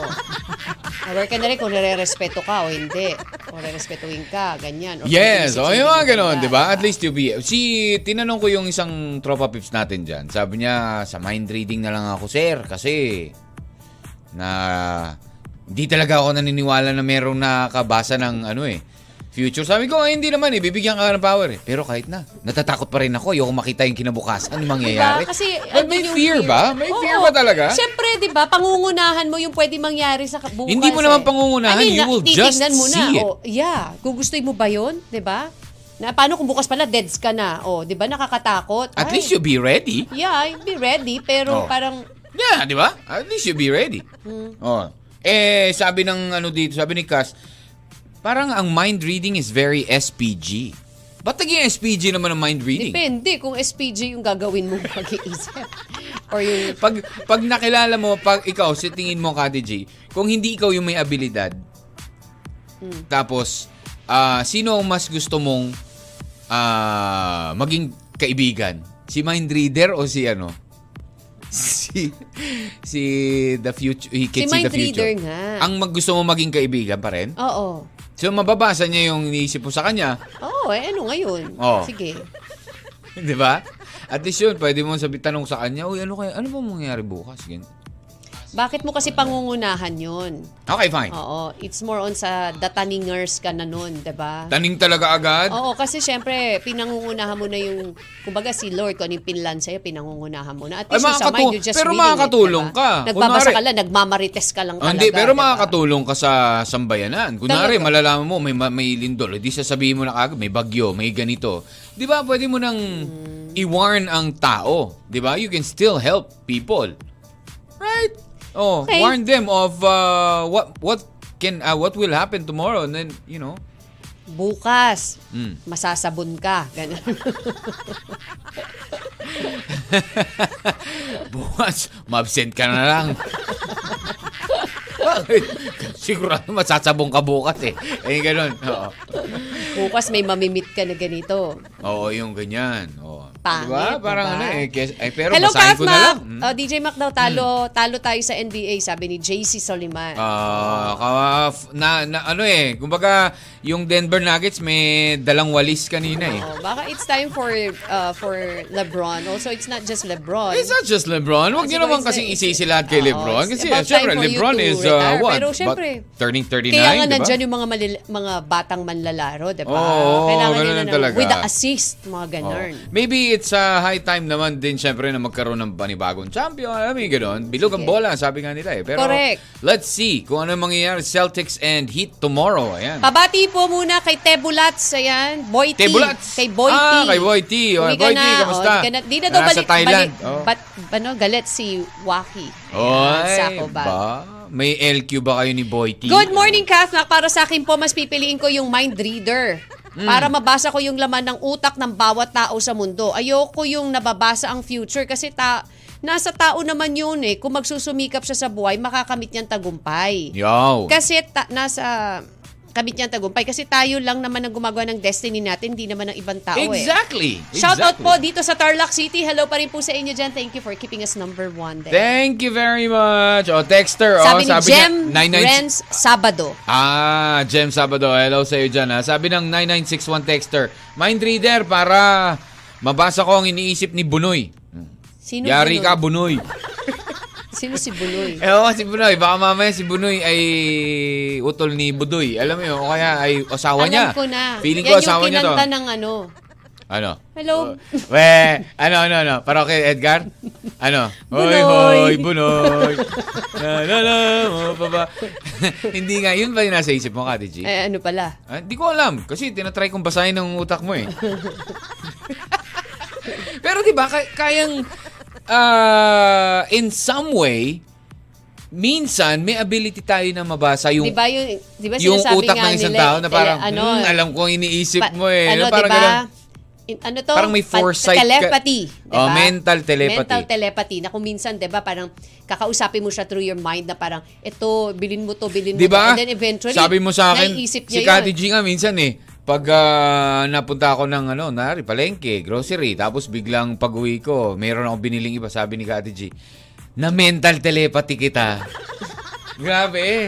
[SPEAKER 5] Aware ka na rin kung nare-respeto ka o hindi. Kung nare-respetuhin ka, ganyan. O kung
[SPEAKER 4] Yes,
[SPEAKER 5] inisip
[SPEAKER 4] o
[SPEAKER 5] sa
[SPEAKER 4] yung mga
[SPEAKER 5] ibig
[SPEAKER 4] ganun,
[SPEAKER 5] ka,
[SPEAKER 4] di ba? At least you'll be... Si, tinanong ko yung isang tropa pips natin dyan. Sabi niya, sa mind reading na lang ako, sir, kasi na hindi talaga ako naniniwala na merong nakabasa ng ano eh, future. Sabi ko, "Ay, hindi naman eh, bibigyan ka ng power eh. Pero kahit na, natatakot pa rin ako. Ayoko makita yung kinabukasan, yung mangyayari.
[SPEAKER 5] Diba? Kasi
[SPEAKER 4] But may
[SPEAKER 5] andun yung
[SPEAKER 4] fear ba? May
[SPEAKER 5] Oo.
[SPEAKER 4] fear ba talaga?
[SPEAKER 5] Siyempre, di ba? Pangungunahan mo yung pwede mangyari sa bukas.
[SPEAKER 4] Hindi mo naman
[SPEAKER 5] eh.
[SPEAKER 4] pangungunahan,
[SPEAKER 5] I mean,
[SPEAKER 4] you
[SPEAKER 5] na-
[SPEAKER 4] will just
[SPEAKER 5] titignan mo na.
[SPEAKER 4] see it.
[SPEAKER 5] Oh, yeah. Gugustuhin mo ba yun? Di ba? Na, paano kung bukas pala deads ka na? O, di ba? Nakakatakot.
[SPEAKER 4] At
[SPEAKER 5] Ay,
[SPEAKER 4] least you'll be ready.
[SPEAKER 5] Yeah, I'll be ready. Pero
[SPEAKER 4] Oh.
[SPEAKER 5] parang,
[SPEAKER 4] Yeah, di ba? At least you be ready. Oh. Eh, sabi ng ano dito, sabi ni Cass, parang ang mind reading is very SPG. Ba't naging SPG naman ang mind reading?
[SPEAKER 5] depende kung SPG yung gagawin mo [laughs] pag-iisip. Or yung,
[SPEAKER 4] Pag, pag nakilala mo, pag ikaw, sa tingin mo, Kati G, kung hindi ikaw yung may abilidad,
[SPEAKER 5] Hmm.
[SPEAKER 4] Tapos, ah, sino ang mas gusto mong ah, maging kaibigan? Si mind reader o si ano? Si si the future he can
[SPEAKER 5] Si
[SPEAKER 4] see the
[SPEAKER 5] mind reader
[SPEAKER 4] future.
[SPEAKER 5] nga.
[SPEAKER 4] Ang mag, gusto mo maging kaibigan pa rin?
[SPEAKER 5] Oo.
[SPEAKER 4] So mababasa niya yung iniisip mo sa kanya, [laughs]
[SPEAKER 5] Oo, eh, ano ngayon?
[SPEAKER 4] Oo.
[SPEAKER 5] Sige.
[SPEAKER 4] 'di ba? At least yun, pwede mo sabi tanong sa kanya, "Uy, ano kaya ano ba mangyayari bukas?" Ganyan.
[SPEAKER 5] Bakit mo kasi pangungunahan yun?
[SPEAKER 4] Okay, fine.
[SPEAKER 5] Oo, it's more on sa dataningers ka na nun, 'di ba?
[SPEAKER 4] Taning talaga agad.
[SPEAKER 5] Oo, kasi syempre, pinangungunahan mo na yung, kumbaga si Lord, kung ano yung pinlan sa'yo, pinangungunahan mo na. At
[SPEAKER 4] Ay,
[SPEAKER 5] least yung
[SPEAKER 4] makakatu-
[SPEAKER 5] sa mind, you're just
[SPEAKER 4] pero
[SPEAKER 5] reading it,
[SPEAKER 4] makakatulong
[SPEAKER 5] diba?
[SPEAKER 4] ka.
[SPEAKER 5] Nagbabasa
[SPEAKER 4] Kunwari-
[SPEAKER 5] ka lang, nagmamarites ka lang
[SPEAKER 4] Ah,
[SPEAKER 5] talaga.
[SPEAKER 4] hindi, pero
[SPEAKER 5] diba?
[SPEAKER 4] makakatulong ka sa sambayanan. Kunwari,
[SPEAKER 5] Talaga.
[SPEAKER 4] malalaman mo, may, ma- may lindol. Hindi sasabihin mo na agad, may bagyo, may ganito. Di ba, pwede mo nang
[SPEAKER 5] Hmm.
[SPEAKER 4] i-warn ang tao. Di ba? You can still help people. Right? Oh,
[SPEAKER 5] Okay.
[SPEAKER 4] warn them of uh, what what can uh, what will happen tomorrow and then, you know. [laughs]
[SPEAKER 5] Bukas,
[SPEAKER 4] Mm.
[SPEAKER 5] masasabon ka. Ganun. [laughs]
[SPEAKER 4] Bukas, ma-absent ka na lang. [laughs] Bakit? Sigurado masasabong ka bukas eh. Eh, ganun. Oo.
[SPEAKER 5] Bukas may mamimit ka na ganito.
[SPEAKER 4] Oo, yung ganyan. Oo.
[SPEAKER 5] Pangit,
[SPEAKER 4] Diba? Parang
[SPEAKER 5] diba?
[SPEAKER 4] ano eh. kes- ay, pero
[SPEAKER 5] Hello,
[SPEAKER 4] basahin ko na
[SPEAKER 5] Kafma!
[SPEAKER 4] lang. Mm.
[SPEAKER 5] Oh, DJ Mac daw, talo, talo tayo sa NBA, sabi ni JC Soliman.
[SPEAKER 4] Ah, ka- f- na, na, ano eh, kumbaga yung Denver Nuggets may dalang walis kanina eh.
[SPEAKER 5] Oh, baka it's time for uh, for LeBron. Also, it's not just LeBron.
[SPEAKER 4] It's not just LeBron. Huwag
[SPEAKER 5] Kasi
[SPEAKER 4] niyo naman
[SPEAKER 5] it's-
[SPEAKER 4] kasing
[SPEAKER 5] it's-
[SPEAKER 4] isisi lahat kay
[SPEAKER 5] Oo,
[SPEAKER 4] LeBron.
[SPEAKER 5] it's
[SPEAKER 4] Kasi
[SPEAKER 5] about
[SPEAKER 4] eh, syempre,
[SPEAKER 5] time for you
[SPEAKER 4] LeBron
[SPEAKER 5] to
[SPEAKER 4] is uh,
[SPEAKER 5] retire.
[SPEAKER 4] what?
[SPEAKER 5] Pero
[SPEAKER 4] Ba-
[SPEAKER 5] syempre,
[SPEAKER 4] turning 39,
[SPEAKER 5] Kaya nga
[SPEAKER 4] diba?
[SPEAKER 5] nandyan yung mga, malil- mga batang manlalaro, di ba?
[SPEAKER 4] Oo,
[SPEAKER 5] Kailangan
[SPEAKER 4] ganun
[SPEAKER 5] nila
[SPEAKER 4] lang
[SPEAKER 5] ng-
[SPEAKER 4] talaga.
[SPEAKER 5] With the assist, mga ganun.
[SPEAKER 4] Oo. Maybe it's uh, high time naman din syempre na magkaroon ng panibagong champion. Alam mo yung ganun. Bilog ang
[SPEAKER 5] Sige.
[SPEAKER 4] bola, sabi nga nila eh. Pero
[SPEAKER 5] Correct.
[SPEAKER 4] let's see kung ano yung mangyayari. Celtics and Heat tomorrow. Ayan.
[SPEAKER 5] Pabati po muna kay Tebulats, ayan. Boy T.
[SPEAKER 4] Tebulats.
[SPEAKER 5] Kay Boy T.
[SPEAKER 4] Ah, kay Boy T. Oh,
[SPEAKER 5] Hindi ka
[SPEAKER 4] Boy T,
[SPEAKER 5] na, oh,
[SPEAKER 4] kamusta?
[SPEAKER 5] hindi ka na, di na daw
[SPEAKER 4] Nasa
[SPEAKER 5] balik.
[SPEAKER 4] Thailand.
[SPEAKER 5] balik-
[SPEAKER 4] Oh.
[SPEAKER 5] Bat, ano, galit si Waki. Ayan,
[SPEAKER 4] Oy,
[SPEAKER 5] sa Cobal.
[SPEAKER 4] ba? May LQ ba kayo ni Boy T?
[SPEAKER 5] Good morning, Kathmak. Para sa akin po, mas pipiliin ko yung mind reader.
[SPEAKER 4] Mm.
[SPEAKER 5] Para mabasa ko yung laman ng utak ng bawat tao sa mundo. Ayoko yung nababasa ang future kasi ta nasa tao naman yun eh. Kung magsusumikap siya sa buhay, makakamit niyang tagumpay.
[SPEAKER 4] Yo.
[SPEAKER 5] Kasi ta- nasa kamit niyang tagumpay. Kasi tayo lang naman ang gumagawa ng destiny natin, hindi naman ang ibang tao eh.
[SPEAKER 4] exactly.
[SPEAKER 5] Shout
[SPEAKER 4] Exactly.
[SPEAKER 5] out po dito sa Tarlac City. Hello pa rin po sa inyo dyan. Thank you for keeping us number one there.
[SPEAKER 4] Thank you very much. O, texter. o,
[SPEAKER 5] Sabi ni
[SPEAKER 4] oh, sabi
[SPEAKER 5] Jem
[SPEAKER 4] niya, 99
[SPEAKER 5] Renz Sabado.
[SPEAKER 4] Ah, Jem Sabado. Hello sa'yo dyan. Ha? Sabi ng 9961 texter, mind reader para mabasa ko ang iniisip ni Bunoy. Hmm.
[SPEAKER 5] Sino
[SPEAKER 4] Yari
[SPEAKER 5] Bunoy?
[SPEAKER 4] ka, Bunoy.
[SPEAKER 5] Sino si Buloy?
[SPEAKER 4] Eh, oo, si Bunoy. Baka mamaya si Bunoy ay utol ni Budoy. Alam mo yun. O kaya ay asawa niya.
[SPEAKER 5] Alam ko na.
[SPEAKER 4] Feeling
[SPEAKER 5] Yan
[SPEAKER 4] ko asawa
[SPEAKER 5] yung
[SPEAKER 4] niya to.
[SPEAKER 5] kinanta ng ano.
[SPEAKER 4] Ano?
[SPEAKER 5] Hello?
[SPEAKER 4] We, ano, ano, ano? Para kay Edgar? Ano? Hoy,
[SPEAKER 5] Bunoy.
[SPEAKER 4] hoy, Bunoy. La, la, la, oh, baba. [laughs] Hindi nga, yun ba yung nasa isip mo, Kati G?
[SPEAKER 5] eh, ano pala?
[SPEAKER 4] Ah, Hindi ko alam kasi tinatry kong basahin ng utak mo eh. [laughs] Pero 'di ba kay- kayang ah, in some way minsan may ability tayo na mabasa yung
[SPEAKER 5] Di ba yung, di ba
[SPEAKER 4] yung
[SPEAKER 5] sinasabi
[SPEAKER 4] utak
[SPEAKER 5] nga
[SPEAKER 4] ng isang
[SPEAKER 5] nila,
[SPEAKER 4] tao na
[SPEAKER 5] eh,
[SPEAKER 4] parang "Hmm, alam ko ang iniisip
[SPEAKER 5] pa-
[SPEAKER 4] mo eh.
[SPEAKER 5] Ano,
[SPEAKER 4] parang
[SPEAKER 5] di ba?
[SPEAKER 4] ganun.
[SPEAKER 5] In- ano to?
[SPEAKER 4] Parang may
[SPEAKER 5] Pa-
[SPEAKER 4] foresight ka-
[SPEAKER 5] telepathy. di
[SPEAKER 4] Oh,
[SPEAKER 5] ba?
[SPEAKER 4] mental telepathy.
[SPEAKER 5] Mental telepathy. Na kung minsan, di ba, parang kakausapin mo siya through your mind na parang, eto, bilin mo to, bilin
[SPEAKER 4] Di
[SPEAKER 5] mo to.
[SPEAKER 4] ba?
[SPEAKER 5] And then eventually,
[SPEAKER 4] Sabi mo sa akin,
[SPEAKER 5] naiisip
[SPEAKER 4] si
[SPEAKER 5] niya
[SPEAKER 4] Kati
[SPEAKER 5] yun.
[SPEAKER 4] G nga minsan eh, pag ah, napunta ako ng ano, nari, palengke, grocery, tapos biglang pag-uwi ko, meron ako biniling iba, sabi ni Kati G, na mental telepathy kita. [laughs] Grabe eh.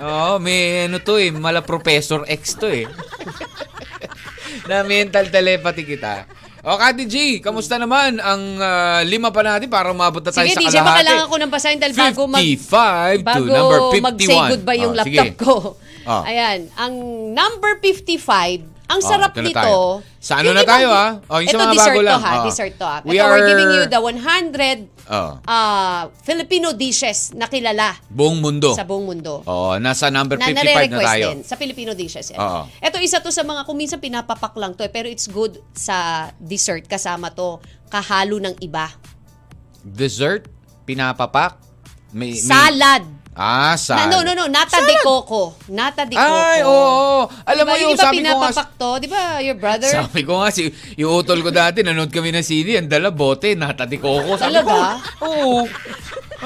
[SPEAKER 4] Oo, may ano to eh, mala Professor X to eh. [laughs] na mental telepathy kita. O Kati G, kamusta naman ang ah, lima pa natin para umabot na tayo
[SPEAKER 5] Sige,
[SPEAKER 4] sa kalahati?
[SPEAKER 5] DJ, baka kailangan ko ng basahin dahil bago mag...
[SPEAKER 4] 55 to
[SPEAKER 5] bago
[SPEAKER 4] number 51.
[SPEAKER 5] mag-say goodbye yung
[SPEAKER 4] Oh, sige.
[SPEAKER 5] laptop ko.
[SPEAKER 4] Oh.
[SPEAKER 5] Ayan, ang number 55, ang
[SPEAKER 4] Oh,
[SPEAKER 5] sarap
[SPEAKER 4] ito na
[SPEAKER 5] nito.
[SPEAKER 4] tayo. Sa ano na tayo, ah? Oh, yung sa
[SPEAKER 5] ito,
[SPEAKER 4] mga
[SPEAKER 5] dessert
[SPEAKER 4] bago lang.
[SPEAKER 5] to, ha?
[SPEAKER 4] Oh.
[SPEAKER 5] Dessert to, ha?
[SPEAKER 4] We
[SPEAKER 5] ito, we're
[SPEAKER 4] are-
[SPEAKER 5] giving you the 100
[SPEAKER 4] Oh.
[SPEAKER 5] ah, Filipino dishes na kilala
[SPEAKER 4] Buong mundo.
[SPEAKER 5] sa buong mundo.
[SPEAKER 4] Oh, nasa number 55
[SPEAKER 5] na
[SPEAKER 4] na tayo.
[SPEAKER 5] nare-request
[SPEAKER 4] Ah.
[SPEAKER 5] din sa Filipino dishes. Yan.
[SPEAKER 4] Oo.
[SPEAKER 5] Ito isa to sa mga, kung minsan pinapapak lang to, eh, pero it's good sa dessert kasama to, kahalo ng iba.
[SPEAKER 4] Dessert, pinapapak, may, may-
[SPEAKER 5] Salad.
[SPEAKER 4] Ah, salad.
[SPEAKER 5] Na, no, no, no. Nata de coco. Nata de coco.
[SPEAKER 4] Ay, oo. oo. Alam
[SPEAKER 5] Diba,
[SPEAKER 4] mo yung
[SPEAKER 5] iba
[SPEAKER 4] sabi ko nga,
[SPEAKER 5] pinapapak to, di ba, your brother?
[SPEAKER 4] sabi ko nga, si, yung utol ko dati, nanood kami ng CD, ang dala bote, natati ko ako. Sabi
[SPEAKER 5] Talaga?
[SPEAKER 4] ko, oo.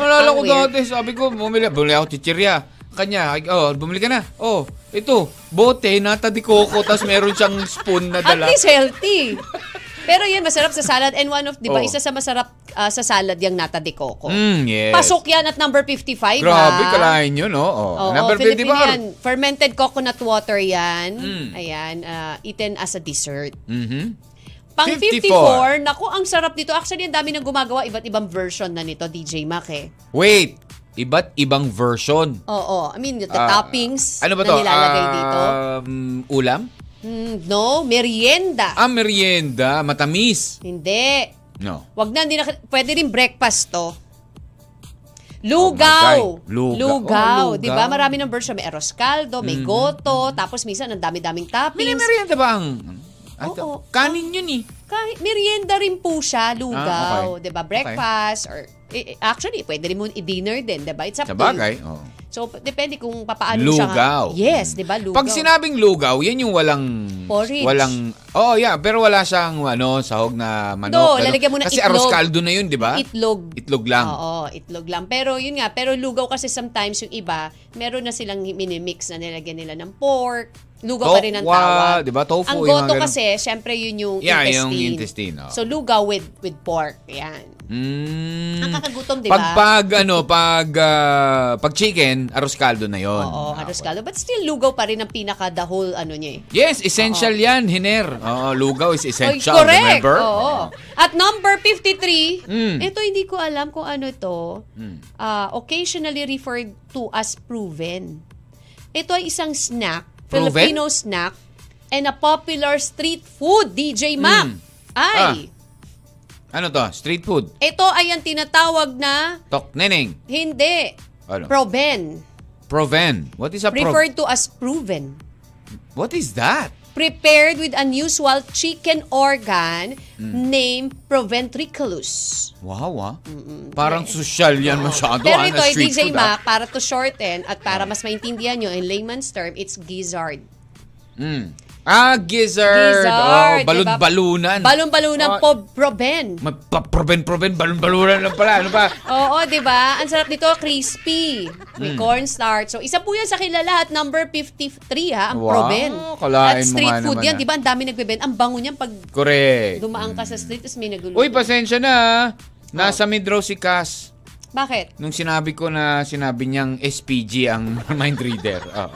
[SPEAKER 4] Nalala
[SPEAKER 5] Ang
[SPEAKER 4] ko
[SPEAKER 5] weird.
[SPEAKER 4] dati, sabi ko, bumili, bumili ako chichirya. kanya, ay, oh, bumili ka na. Oh, ito, bote, nata di coco, tapos meron siyang spoon na
[SPEAKER 5] At
[SPEAKER 4] dala.
[SPEAKER 5] least healthy. Pero yun, masarap sa salad. And one of, di
[SPEAKER 4] Oh.
[SPEAKER 5] ba, isa sa masarap ah, sa salad yung nata de coco.
[SPEAKER 4] Mm, yes.
[SPEAKER 5] Pasok yan at number 55,
[SPEAKER 4] Grabe,
[SPEAKER 5] ha?
[SPEAKER 4] kalahin yun, no? Oh.
[SPEAKER 5] Diba? Oo,
[SPEAKER 4] Number 50
[SPEAKER 5] Filipino
[SPEAKER 4] ba?
[SPEAKER 5] yan. Fermented coconut water yan.
[SPEAKER 4] Mm.
[SPEAKER 5] Ayan, ah, eaten as a dessert.
[SPEAKER 4] Mhm.
[SPEAKER 5] Pang
[SPEAKER 4] 54.
[SPEAKER 5] 54, naku, ang sarap nito. Actually, ang dami nang gumagawa, iba't ibang version na nito, DJ Mac eh.
[SPEAKER 4] Wait, iba't ibang version.
[SPEAKER 5] Oo, I mean, the
[SPEAKER 4] Ah,
[SPEAKER 5] toppings
[SPEAKER 4] ano ba
[SPEAKER 5] na
[SPEAKER 4] to?
[SPEAKER 5] nilalagay dito.
[SPEAKER 4] Um, ulam?
[SPEAKER 5] Hmm, no, merienda.
[SPEAKER 4] Ah, merienda, matamis.
[SPEAKER 5] Hindi.
[SPEAKER 4] No.
[SPEAKER 5] Wag na, hindi na, pwede rin breakfast to.
[SPEAKER 4] Oh my
[SPEAKER 5] Lugaw.
[SPEAKER 4] Oh God. Lugaw. Oh,
[SPEAKER 5] Lugaw.
[SPEAKER 4] lugaw. Mm-hmm.
[SPEAKER 5] Di ba? Marami ng version. May eros caldo, may goto, tapos minsan ang dami-daming
[SPEAKER 4] Mini
[SPEAKER 5] toppings.
[SPEAKER 4] merienda ba ang... Ah,
[SPEAKER 5] Oo.
[SPEAKER 4] to- Kanin yun eh.
[SPEAKER 5] Kahit merienda rin po siya,
[SPEAKER 4] Ah,
[SPEAKER 5] lugaw.
[SPEAKER 4] okay.
[SPEAKER 5] Di ba? Breakfast or eh, eh, actually, pwede rin mo i-dinner din, di ba? It's up
[SPEAKER 4] Sa
[SPEAKER 5] to
[SPEAKER 4] bagay.
[SPEAKER 5] you.
[SPEAKER 4] Oh.
[SPEAKER 5] So, p- depende kung papaano Ano siya.
[SPEAKER 4] Lugaw. Mm.
[SPEAKER 5] Yes, di ba? Lugaw.
[SPEAKER 4] Pag sinabing lugaw, yan yung walang...
[SPEAKER 5] Porridge.
[SPEAKER 4] Walang... Oh, yeah. Pero wala siyang ano, sahog na
[SPEAKER 5] No,
[SPEAKER 4] manok. ganun.
[SPEAKER 5] lalagyan mo ng
[SPEAKER 4] Kasi
[SPEAKER 5] itlog.
[SPEAKER 4] arroz caldo na yun, di ba?
[SPEAKER 5] Itlog.
[SPEAKER 4] Ah? Itlog lang.
[SPEAKER 5] Oo, itlog lang. Pero yun nga, pero lugaw kasi sometimes yung iba, meron na silang minimix na nilagyan nila ng pork. Lugaw pa rin ang
[SPEAKER 4] Tokwa,
[SPEAKER 5] tawag.
[SPEAKER 4] di ba? Tofu,
[SPEAKER 5] Ang
[SPEAKER 4] yung mga
[SPEAKER 5] goto
[SPEAKER 4] ganun.
[SPEAKER 5] kasi, syempre yun yung
[SPEAKER 4] Yeah,
[SPEAKER 5] intestine.
[SPEAKER 4] yung intestine, oo.
[SPEAKER 5] So lugaw with with pork. Yan.
[SPEAKER 4] Mm.
[SPEAKER 5] Nakakagutom, di
[SPEAKER 4] Pag,
[SPEAKER 5] ba?
[SPEAKER 4] pag, ano, pag, ah, pag chicken, arroz caldo na yun.
[SPEAKER 5] Oo,
[SPEAKER 4] Ah,
[SPEAKER 5] halos kalo. But still, lugaw pa rin ang pinaka the whole ano niya eh.
[SPEAKER 4] Yes, essential yan, Hiner. Oo, lugaw is
[SPEAKER 5] Oy,
[SPEAKER 4] essential,
[SPEAKER 5] correct.
[SPEAKER 4] remember?
[SPEAKER 5] Oo. At number 53,
[SPEAKER 4] Mm.
[SPEAKER 5] ito hindi ko alam kung ano to.
[SPEAKER 4] Mm.
[SPEAKER 5] Ah, occasionally referred to as proven. Ito ay isang snack,
[SPEAKER 4] Proven?
[SPEAKER 5] Filipino snack, and a popular street food, DJ Mac.
[SPEAKER 4] Mm.
[SPEAKER 5] Ay,
[SPEAKER 4] Ano to? Street food?
[SPEAKER 5] ito ay ang tinatawag na,
[SPEAKER 4] Tok neneng?
[SPEAKER 5] hindi,
[SPEAKER 4] Ano? Ah,
[SPEAKER 5] proven.
[SPEAKER 4] Proven. What is a pro-
[SPEAKER 5] Referred to as proven.
[SPEAKER 4] What is that?
[SPEAKER 5] prepared with unusual chicken organ
[SPEAKER 4] Hmm.
[SPEAKER 5] named proventriculus.
[SPEAKER 4] Wow, ah. Parang social yan masyado.
[SPEAKER 5] Pero
[SPEAKER 4] ah,
[SPEAKER 5] ito
[SPEAKER 4] na
[SPEAKER 5] ay
[SPEAKER 4] street
[SPEAKER 5] DJ
[SPEAKER 4] food, ah.
[SPEAKER 5] Mac, para to shorten at para mas maintindihan nyo, in layman's term, it's gizzard.
[SPEAKER 4] Mm. Ah, gizzard.
[SPEAKER 5] Gizzard,
[SPEAKER 4] Oh, balon-balunan.
[SPEAKER 5] diba?
[SPEAKER 4] Oh,
[SPEAKER 5] Balon-balunan po, proven.
[SPEAKER 4] May pa-proven-proven, balon-balunan lang pala. Ano pa?
[SPEAKER 5] Oo, di ba? Ang sarap nito, crispy.
[SPEAKER 4] Hmm.
[SPEAKER 5] May cornstarch. So, isa po yan sa kilala at number 53 ha, ang
[SPEAKER 4] Wow,
[SPEAKER 5] proven.
[SPEAKER 4] kalain
[SPEAKER 5] At
[SPEAKER 4] mo nga
[SPEAKER 5] street food
[SPEAKER 4] naman,
[SPEAKER 5] yan,
[SPEAKER 4] ah.
[SPEAKER 5] di ba? Ang dami nagbebenta. Ang bango niyan pag
[SPEAKER 4] Correct.
[SPEAKER 5] dumaan ka sa street, tapos may nagulo.
[SPEAKER 4] Uy, pasensya na. ah. Nasa
[SPEAKER 5] Oh.
[SPEAKER 4] midrow si Cass.
[SPEAKER 5] Bakit?
[SPEAKER 4] Nung sinabi ko na sinabi niyang SPG ang [laughs] mind reader. Oo.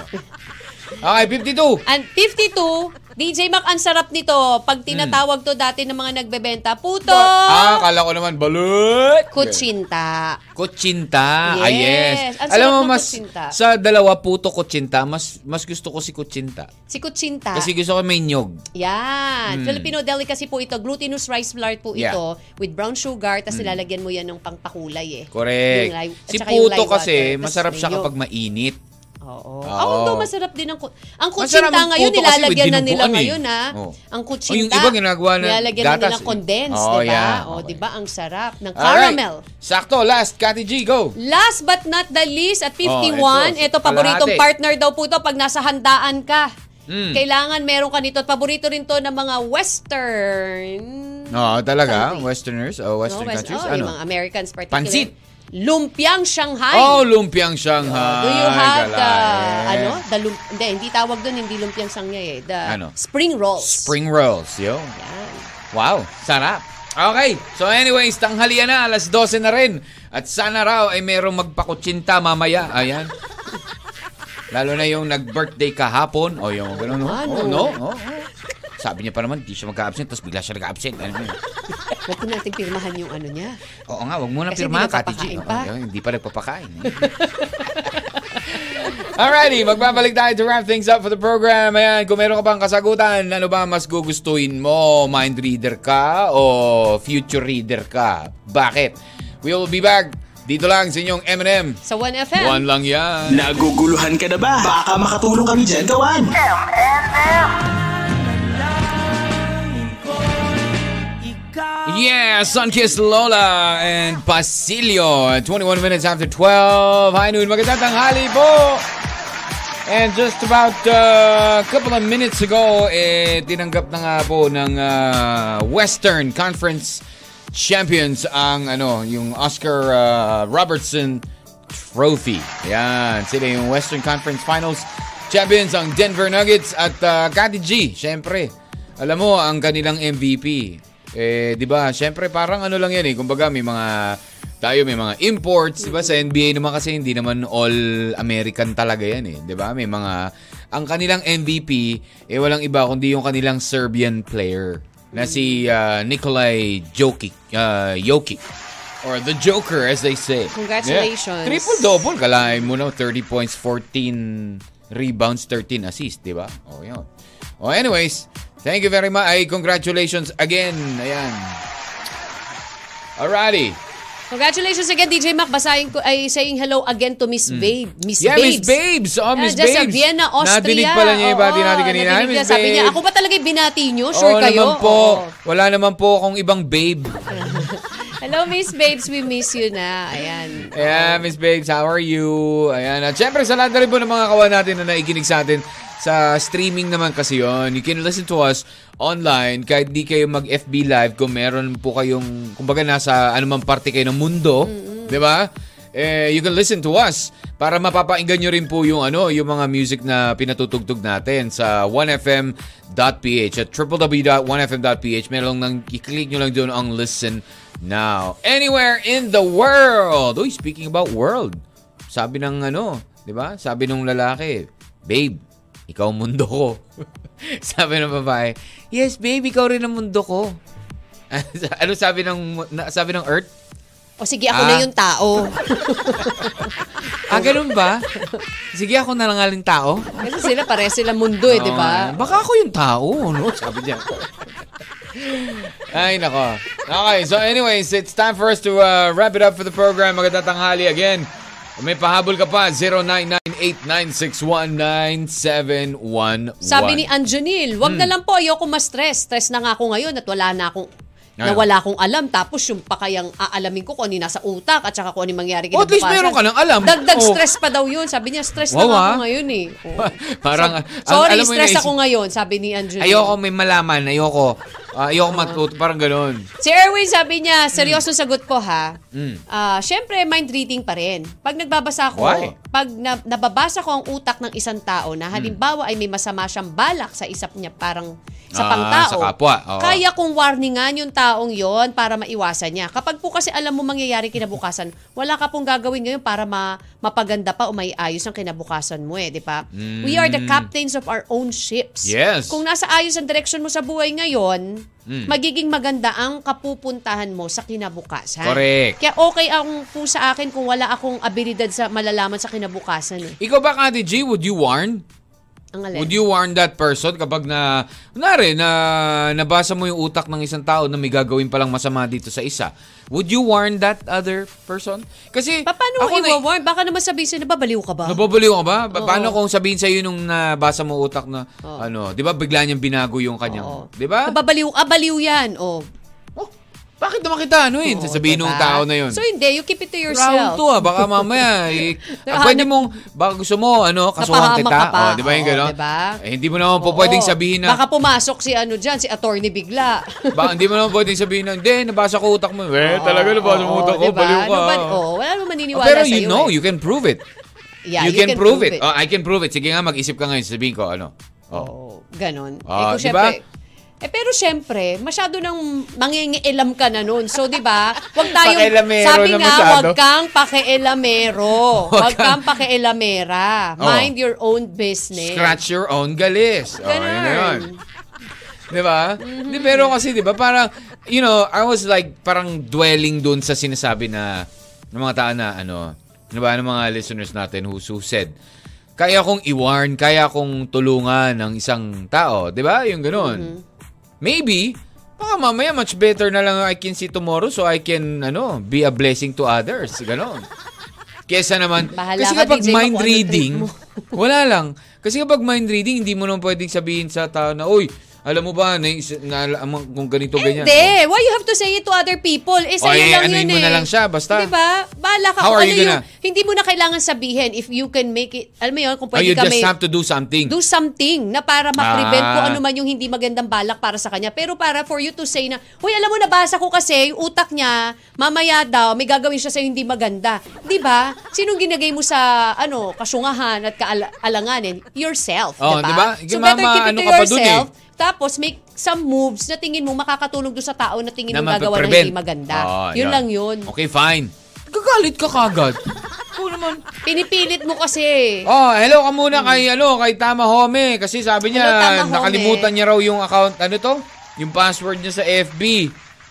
[SPEAKER 4] Okay, 52.
[SPEAKER 5] And 52, DJ Mac, ang sarap nito. Pag tinatawag to dati ng mga nagbebenta, puto!
[SPEAKER 4] Hmm. Ah, kala ko naman balut.
[SPEAKER 5] Kutsinta.
[SPEAKER 4] Kutsinta.
[SPEAKER 5] Yes.
[SPEAKER 4] Ah, yes.
[SPEAKER 5] Ang sarap
[SPEAKER 4] Alam mo
[SPEAKER 5] ng
[SPEAKER 4] mas
[SPEAKER 5] kutsinta.
[SPEAKER 4] sa dalawa puto kutsinta, mas mas gusto ko si kutsinta.
[SPEAKER 5] Si Kutsinta.
[SPEAKER 4] Kasi gusto ko may nyog.
[SPEAKER 5] Yan. Filipino delicacy po ito. Glutinous rice flour po
[SPEAKER 4] Hmm. Yeah. Hmm.
[SPEAKER 5] ito with brown sugar tapos nilalagyan mo yan ng pangpakulay eh.
[SPEAKER 4] Correct.
[SPEAKER 5] Yung lime- at
[SPEAKER 4] Si
[SPEAKER 5] saka
[SPEAKER 4] puto
[SPEAKER 5] yung lime water,
[SPEAKER 4] kasi
[SPEAKER 5] tapos
[SPEAKER 4] masarap siya
[SPEAKER 5] mayo.
[SPEAKER 4] kapag mainit. Oo.
[SPEAKER 5] Oo. Oh, although masarap din ang ku- Ang
[SPEAKER 4] Masarap
[SPEAKER 5] kutsinta
[SPEAKER 4] ang
[SPEAKER 5] ngayon
[SPEAKER 4] puto kasi with
[SPEAKER 5] nilalagyan na nila
[SPEAKER 4] dinuguan eh.
[SPEAKER 5] ngayon ha.
[SPEAKER 4] Oo.
[SPEAKER 5] Ang
[SPEAKER 4] Oh,
[SPEAKER 5] kutsinta.
[SPEAKER 4] yung iba ginagawa na
[SPEAKER 5] Nilalagyan na
[SPEAKER 4] gatas
[SPEAKER 5] nilang
[SPEAKER 4] eh.
[SPEAKER 5] condensed,
[SPEAKER 4] Oh,
[SPEAKER 5] di ba?
[SPEAKER 4] yeah.
[SPEAKER 5] Oh,
[SPEAKER 4] Okay.
[SPEAKER 5] di ba ang sarap ng
[SPEAKER 4] Alright.
[SPEAKER 5] caramel.
[SPEAKER 4] Sakto, last, Kati G, go.
[SPEAKER 5] Last but not the least, at 51,
[SPEAKER 4] Oh, ito,
[SPEAKER 5] ito, paboritong
[SPEAKER 4] kalahati.
[SPEAKER 5] partner daw po to pag nasa handaan ka.
[SPEAKER 4] Mm.
[SPEAKER 5] Kailangan meron ka nito. At paborito rin to ng mga Western.
[SPEAKER 4] Oo, talaga.
[SPEAKER 5] Something.
[SPEAKER 4] Westerners o Western
[SPEAKER 5] No, West-
[SPEAKER 4] countries.
[SPEAKER 5] oh,
[SPEAKER 4] ano?
[SPEAKER 5] Yung mga Americans particular.
[SPEAKER 4] Pansit.
[SPEAKER 5] Lumpiang Shanghai.
[SPEAKER 4] Oh, lumpiang Shanghai.
[SPEAKER 5] Do you have the,
[SPEAKER 4] Galing.
[SPEAKER 5] ano, the lump, hindi, hindi tawag doon, hindi lumpiang sangya eh. The
[SPEAKER 4] Ano?
[SPEAKER 5] spring rolls.
[SPEAKER 4] Spring rolls, yo.
[SPEAKER 5] Yan.
[SPEAKER 4] Wow, sarap. Okay, so anyways, tanghalian na, alas 12 na rin. At sana raw ay merong magpakutsinta mamaya. Ayan. Lalo na yung nag-birthday kahapon. O yung ganun, no?
[SPEAKER 5] Ano?
[SPEAKER 4] Oh, no? Oh, oh. Sabi niya pa naman, di siya mag-absent, tapos bigla siya nag-absent. Ano yun?
[SPEAKER 5] Huwag ko natin pirmahan yung ano niya.
[SPEAKER 4] Oo nga, wag mo na
[SPEAKER 5] Kasi
[SPEAKER 4] pirma,
[SPEAKER 5] hindi
[SPEAKER 4] Kati G.
[SPEAKER 5] nagpapakain
[SPEAKER 4] Oo,
[SPEAKER 5] pa.
[SPEAKER 4] yun, hindi pa nagpapakain. eh. [laughs] Alrighty, magbabalik tayo to wrap things up for the program. Ayan, kung meron ka bang kasagutan, ano ba mas gugustuhin mo? Mind reader ka o future reader ka? Bakit? We will be back dito lang sa inyong M&M.
[SPEAKER 5] Sa 1FM.
[SPEAKER 4] One lang yan.
[SPEAKER 1] Naguguluhan ka na ba? Baka makatulong kami dyan gawan.
[SPEAKER 2] M&M.
[SPEAKER 4] Yeah, Sunkiss Lola and Basilio. 21 minutes after 12. High noon. Magandang tanghali po. And just about uh, a couple of minutes ago, eh, tinanggap na nga po ng ah, Western Conference Champions ang ano, yung Oscar ah, uh, Robertson Trophy. Yan, sila yung Western Conference Finals champions ang Denver Nuggets at uh, Kati G, syempre. Alam mo, ang kanilang MVP, eh, di ba, syempre parang ano lang yan eh, kumbaga may mga, tayo may mga imports, di ba, sa NBA naman kasi hindi naman all American talaga yan eh, di ba, may mga, ang kanilang MVP, eh walang iba kundi yung kanilang Serbian player na si uh, Nikolaj Jokic, uh, Jokic or the Joker as they say.
[SPEAKER 5] Congratulations.
[SPEAKER 4] Triple double kalahin mo na 30 points, 14 rebounds, 13 assists, 'di ba? Oh, 'yun. Oh, anyways, thank you very much. Ay, congratulations again. Ayan. Alrighty.
[SPEAKER 5] Congratulations again, DJ Mac. Basahin ko, ay saying hello again to Miss Babe. Miss
[SPEAKER 4] Hmm. Yeah,
[SPEAKER 5] Babes.
[SPEAKER 4] Miss Babes. Oh, Miss
[SPEAKER 5] Diyan Ah, Sa
[SPEAKER 4] Babes.
[SPEAKER 5] Vienna, Austria.
[SPEAKER 4] Nadinig pala niya yung bati
[SPEAKER 5] Oo,
[SPEAKER 4] natin kanina.
[SPEAKER 5] nadinig
[SPEAKER 4] Miss
[SPEAKER 5] niya. Sabi niya,
[SPEAKER 4] Babes.
[SPEAKER 5] ako ba talaga binati niyo? Sure
[SPEAKER 4] Oo
[SPEAKER 5] kayo?
[SPEAKER 4] naman po.
[SPEAKER 5] Oo.
[SPEAKER 4] Wala naman po akong ibang babe.
[SPEAKER 5] Hello, Miss Babes. We miss you na. Ayan.
[SPEAKER 4] Yeah, Miss Biggs, how are you? Ayan. At syempre, sa lahat na rin po ng mga kawan natin na naikinig sa atin sa streaming naman kasi yon. You can listen to us online kahit di kayo mag-FB live kung meron po kayong, kumbaga nasa anumang parte kayo ng mundo. Di ba? Eh, you can listen to us para mapapakinggan nyo rin po yung ano, yung mga music na pinatutugtog natin sa 1fm.ph at www.1fm.ph. Meron lang, i-click nyo lang doon ang listen Now, anywhere in the world. Uy, speaking about world. Sabi ng ano, 'di ba? Sabi ng lalaki, "Babe, ikaw ang mundo ko." [laughs] sabi ng babae, "Yes, babe, ikaw rin ang mundo ko." [laughs] ano sabi ng na- sabi ng earth?
[SPEAKER 5] O sige, ako
[SPEAKER 4] Ah.
[SPEAKER 5] na yung tao.
[SPEAKER 4] Ah, ganun ba? Sige, ako na lang nga rin tao.
[SPEAKER 5] Kasi sila, pare sila mundo eh, di
[SPEAKER 4] Oo,
[SPEAKER 5] ba?
[SPEAKER 4] Baka ako yung tao, no? Sabi niya. Ay, nako. Okay, so anyways, it's time for us to uh, wrap it up for the program. Magandang tanghali again. Kung May pahabol ka pa, 0998-961-9711.
[SPEAKER 5] Sabi ni Anjanil, wag
[SPEAKER 4] Hmm.
[SPEAKER 5] na lang po, ayoko ma-stress. Stress na nga ako ngayon at wala na akong na
[SPEAKER 4] Ayun.
[SPEAKER 5] wala akong alam tapos yung pa kayang aalamin ko kung ano yung nasa utak at saka kung ano yung mangyari
[SPEAKER 4] Oh, at least
[SPEAKER 5] kinabukasan.
[SPEAKER 4] meron ka ng alam.
[SPEAKER 5] Dagdag
[SPEAKER 4] Oh.
[SPEAKER 5] stress pa daw yun. Sabi niya, stress
[SPEAKER 4] Wow,
[SPEAKER 5] na nga
[SPEAKER 4] ah.
[SPEAKER 5] ako ngayon eh. Oo.
[SPEAKER 4] [laughs] [laughs] Parang, ang-
[SPEAKER 5] Sorry,
[SPEAKER 4] alam mo yung
[SPEAKER 5] stress
[SPEAKER 4] naisip-
[SPEAKER 5] ako ngayon, sabi ni Angelina.
[SPEAKER 4] Ayoko may malaman, ayoko. Ah, ayoko matuto, parang ganun.
[SPEAKER 5] Si Erwin sabi niya, seryoso sagot ko ha.
[SPEAKER 4] Mm.
[SPEAKER 5] Ah, Siyempre, mind reading pa rin. Pag nagbabasa ko,
[SPEAKER 4] Why? Mm.
[SPEAKER 5] pag na- nababasa ko ang utak ng isang tao na halimbawa ay may masama siyang balak sa isap niya parang
[SPEAKER 4] Ah,
[SPEAKER 5] sa pangtao.
[SPEAKER 4] sa kapwa, oo.
[SPEAKER 5] Kaya kung warningan yung taong yon para maiwasan niya. Kapag po kasi alam mo mangyayari kinabukasan, wala ka pong gagawin ngayon para ma- mapaganda pa o maiayos ang kinabukasan mo eh, di ba? We are the captains of our own ships.
[SPEAKER 4] Mm. Yes.
[SPEAKER 5] Kung nasa ayos ang direksyon mo sa buhay ngayon,
[SPEAKER 4] Hmm.
[SPEAKER 5] magiging maganda ang kapupuntahan mo sa kinabukasan.
[SPEAKER 4] Correct.
[SPEAKER 5] Kaya okay ang po sa akin kung wala akong abilidad sa malalaman sa kinabukasan eh.
[SPEAKER 4] Ikaw ba, Kati G, would you warn?
[SPEAKER 5] Ang alin.
[SPEAKER 4] Would you warn that person kapag na, kunwari, na nabasa mo yung utak ng isang tao na may gagawin palang masama dito sa isa? Would you warn that other person? Kasi,
[SPEAKER 5] Pa- paano mo
[SPEAKER 4] na-
[SPEAKER 5] iwa-warn? Baka naman sabihin sila, babaliw ka ba?
[SPEAKER 4] Nababaliw ka ba? Pa-
[SPEAKER 5] Oo.
[SPEAKER 4] Paano kung sabihin sa'yo nung nabasa mo utak na,
[SPEAKER 5] Oo.
[SPEAKER 4] ano, di ba bigla niyang binago yung kanyang,
[SPEAKER 5] Oo.
[SPEAKER 4] di ba?
[SPEAKER 5] Nababaliw, abaliw yan. Oh.
[SPEAKER 4] Oh, bakit naman kita, ano yun?
[SPEAKER 5] Oo,
[SPEAKER 4] Sasabihin
[SPEAKER 5] diba?
[SPEAKER 4] nung tao na yun.
[SPEAKER 5] So hindi, you keep it to
[SPEAKER 4] Round
[SPEAKER 5] yourself.
[SPEAKER 4] 2 ah, baka mamaya.
[SPEAKER 5] [laughs]
[SPEAKER 4] Eh, ah,
[SPEAKER 5] Nahanap-
[SPEAKER 4] pwede mong, baka gusto mo, ano, kasuhan
[SPEAKER 5] Napahama
[SPEAKER 4] kita.
[SPEAKER 5] ka pa.
[SPEAKER 4] Oh, di ba yung
[SPEAKER 5] Oo,
[SPEAKER 4] gano'n?
[SPEAKER 5] diba?
[SPEAKER 4] Eh, hindi mo naman po
[SPEAKER 5] Oo.
[SPEAKER 4] pwedeng sabihin na,
[SPEAKER 5] Baka pumasok si ano dyan, si attorney bigla.
[SPEAKER 4] Ba, hindi mo naman pwedeng sabihin na, hindi, nabasa ko utak mo. Eh, talaga nabasa mo
[SPEAKER 5] Oo,
[SPEAKER 4] utak ko,
[SPEAKER 5] diba?
[SPEAKER 4] baliw ka.
[SPEAKER 5] Nobody- oh, wala naman
[SPEAKER 4] Oh,
[SPEAKER 5] maniniwala
[SPEAKER 4] pero
[SPEAKER 5] sa'yo.
[SPEAKER 4] you know,
[SPEAKER 5] eh.
[SPEAKER 4] you can prove it.
[SPEAKER 5] Yeah,
[SPEAKER 4] you, can, prove, it. Oh, I can prove it. Sige nga, mag-isip ka ngayon. Sabihin ko, ano? Oh.
[SPEAKER 5] Oh, ganon.
[SPEAKER 4] Ah,
[SPEAKER 5] eh, kung
[SPEAKER 4] di ba?
[SPEAKER 5] syempre- eh, pero syempre, masyado nang mangingialam ka na nun. So, di ba? Huwag tayong,
[SPEAKER 4] Pakialamero
[SPEAKER 5] sabi
[SPEAKER 4] na
[SPEAKER 5] nga,
[SPEAKER 4] masyado.
[SPEAKER 5] huwag kang pakielamero.
[SPEAKER 4] [laughs] Huwag
[SPEAKER 5] Huwag kang pakielamera.
[SPEAKER 4] Oo.
[SPEAKER 5] Mind your own business.
[SPEAKER 4] Scratch your own galis. Oh,
[SPEAKER 5] Ganon.
[SPEAKER 4] yun na yun. Di ba? Di, pero kasi, di ba, parang, you know, I was like, parang dwelling dun sa sinasabi na, ng mga tao na, ano, di ba, ng mga listeners natin who, who said, kaya kong i-warn, kaya kong tulungan ng isang tao. Di ba? Yung ganun.
[SPEAKER 5] Mm-hmm.
[SPEAKER 4] Maybe, baka mamaya much better na lang I can see tomorrow so I can, ano, be a blessing to others. Ganun. Kesa naman,
[SPEAKER 5] Bahala
[SPEAKER 4] kasi
[SPEAKER 5] ka,
[SPEAKER 4] kapag mind
[SPEAKER 5] DJ, kung ano trip
[SPEAKER 4] reading,
[SPEAKER 5] mo.
[SPEAKER 4] wala lang. Kasi kapag mind reading, hindi mo naman pwedeng sabihin sa tao na, Uy, Alam mo ba, nais- na, am- kung ganito, ganyan.
[SPEAKER 5] Hindi. Why you have to say it to other people? Eh,
[SPEAKER 4] O,
[SPEAKER 5] sa'yo
[SPEAKER 4] eh,
[SPEAKER 5] lang
[SPEAKER 4] anuhin mo
[SPEAKER 5] yun eh.
[SPEAKER 4] na lang siya, basta.
[SPEAKER 5] Diba? Bahala ka.
[SPEAKER 4] How
[SPEAKER 5] kung
[SPEAKER 4] are
[SPEAKER 5] ano
[SPEAKER 4] you gonna-
[SPEAKER 5] yung- hindi mo na kailangan sabihin if you can make it. Alam mo yun, kung
[SPEAKER 4] Oh,
[SPEAKER 5] pwede
[SPEAKER 4] you
[SPEAKER 5] ka
[SPEAKER 4] just
[SPEAKER 5] may...
[SPEAKER 4] have to do something.
[SPEAKER 5] do something na para ma-prevent
[SPEAKER 4] Ah.
[SPEAKER 5] kung ano man yung hindi magandang balak para sa kanya. Pero para for you to say na, Uy, alam mo, nabasa ko kasi yung utak niya, mamaya daw, may gagawin siya sa'yo hindi maganda. Di ba? Sinong ginagay mo sa, ano, kasungahan at kaalanganin? Yourself,
[SPEAKER 4] Oh,
[SPEAKER 5] di
[SPEAKER 4] di ba?
[SPEAKER 5] ba?
[SPEAKER 4] Sige, mama, ano ka pa dun eh.
[SPEAKER 5] Tapos make some moves na tingin mo makakatulong doon sa tao na tingin mo
[SPEAKER 4] Na
[SPEAKER 5] gagawa na
[SPEAKER 4] mape-prevent.
[SPEAKER 5] hindi maganda.
[SPEAKER 4] Oo,
[SPEAKER 5] yun lang yun.
[SPEAKER 4] Okay, fine. Gagalit ka kagad. Ako naman.
[SPEAKER 5] Pinipilit mo kasi.
[SPEAKER 4] Oh, hello ka muna kay ano, kay Tama Home kasi sabi niya
[SPEAKER 5] Hmm. Hello, Tama Home.
[SPEAKER 4] nakalimutan niya raw yung account ano to? Yung password niya sa FB.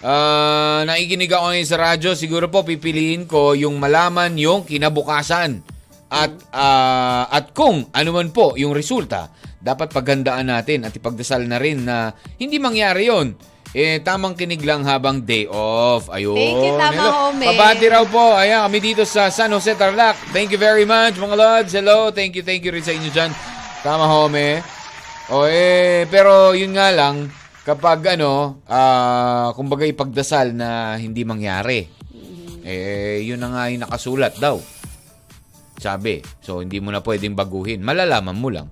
[SPEAKER 4] Ah, nakikinig ako ngayon sa radyo, siguro po pipiliin ko yung malaman yung kinabukasan. At ah, at kung ano man po yung resulta, dapat paghandaan natin at ipagdasal na rin na hindi mangyari yon. Eh, tamang kinig lang habang day off. Ayun.
[SPEAKER 5] Thank you, Tama
[SPEAKER 4] Hello.
[SPEAKER 5] Home.
[SPEAKER 4] Pabati raw po. Ayan, kami dito sa San Jose, Tarlac. Thank you very much, mga lods. Hello. Thank you, thank you rin sa inyo dyan. Tama, home. O eh, pero yun nga lang, kapag ano, ah, kumbaga ipagdasal na hindi mangyari. Eh, yun na nga yung nakasulat daw. Sabi. So, hindi mo na pwedeng baguhin. Malalaman mo lang.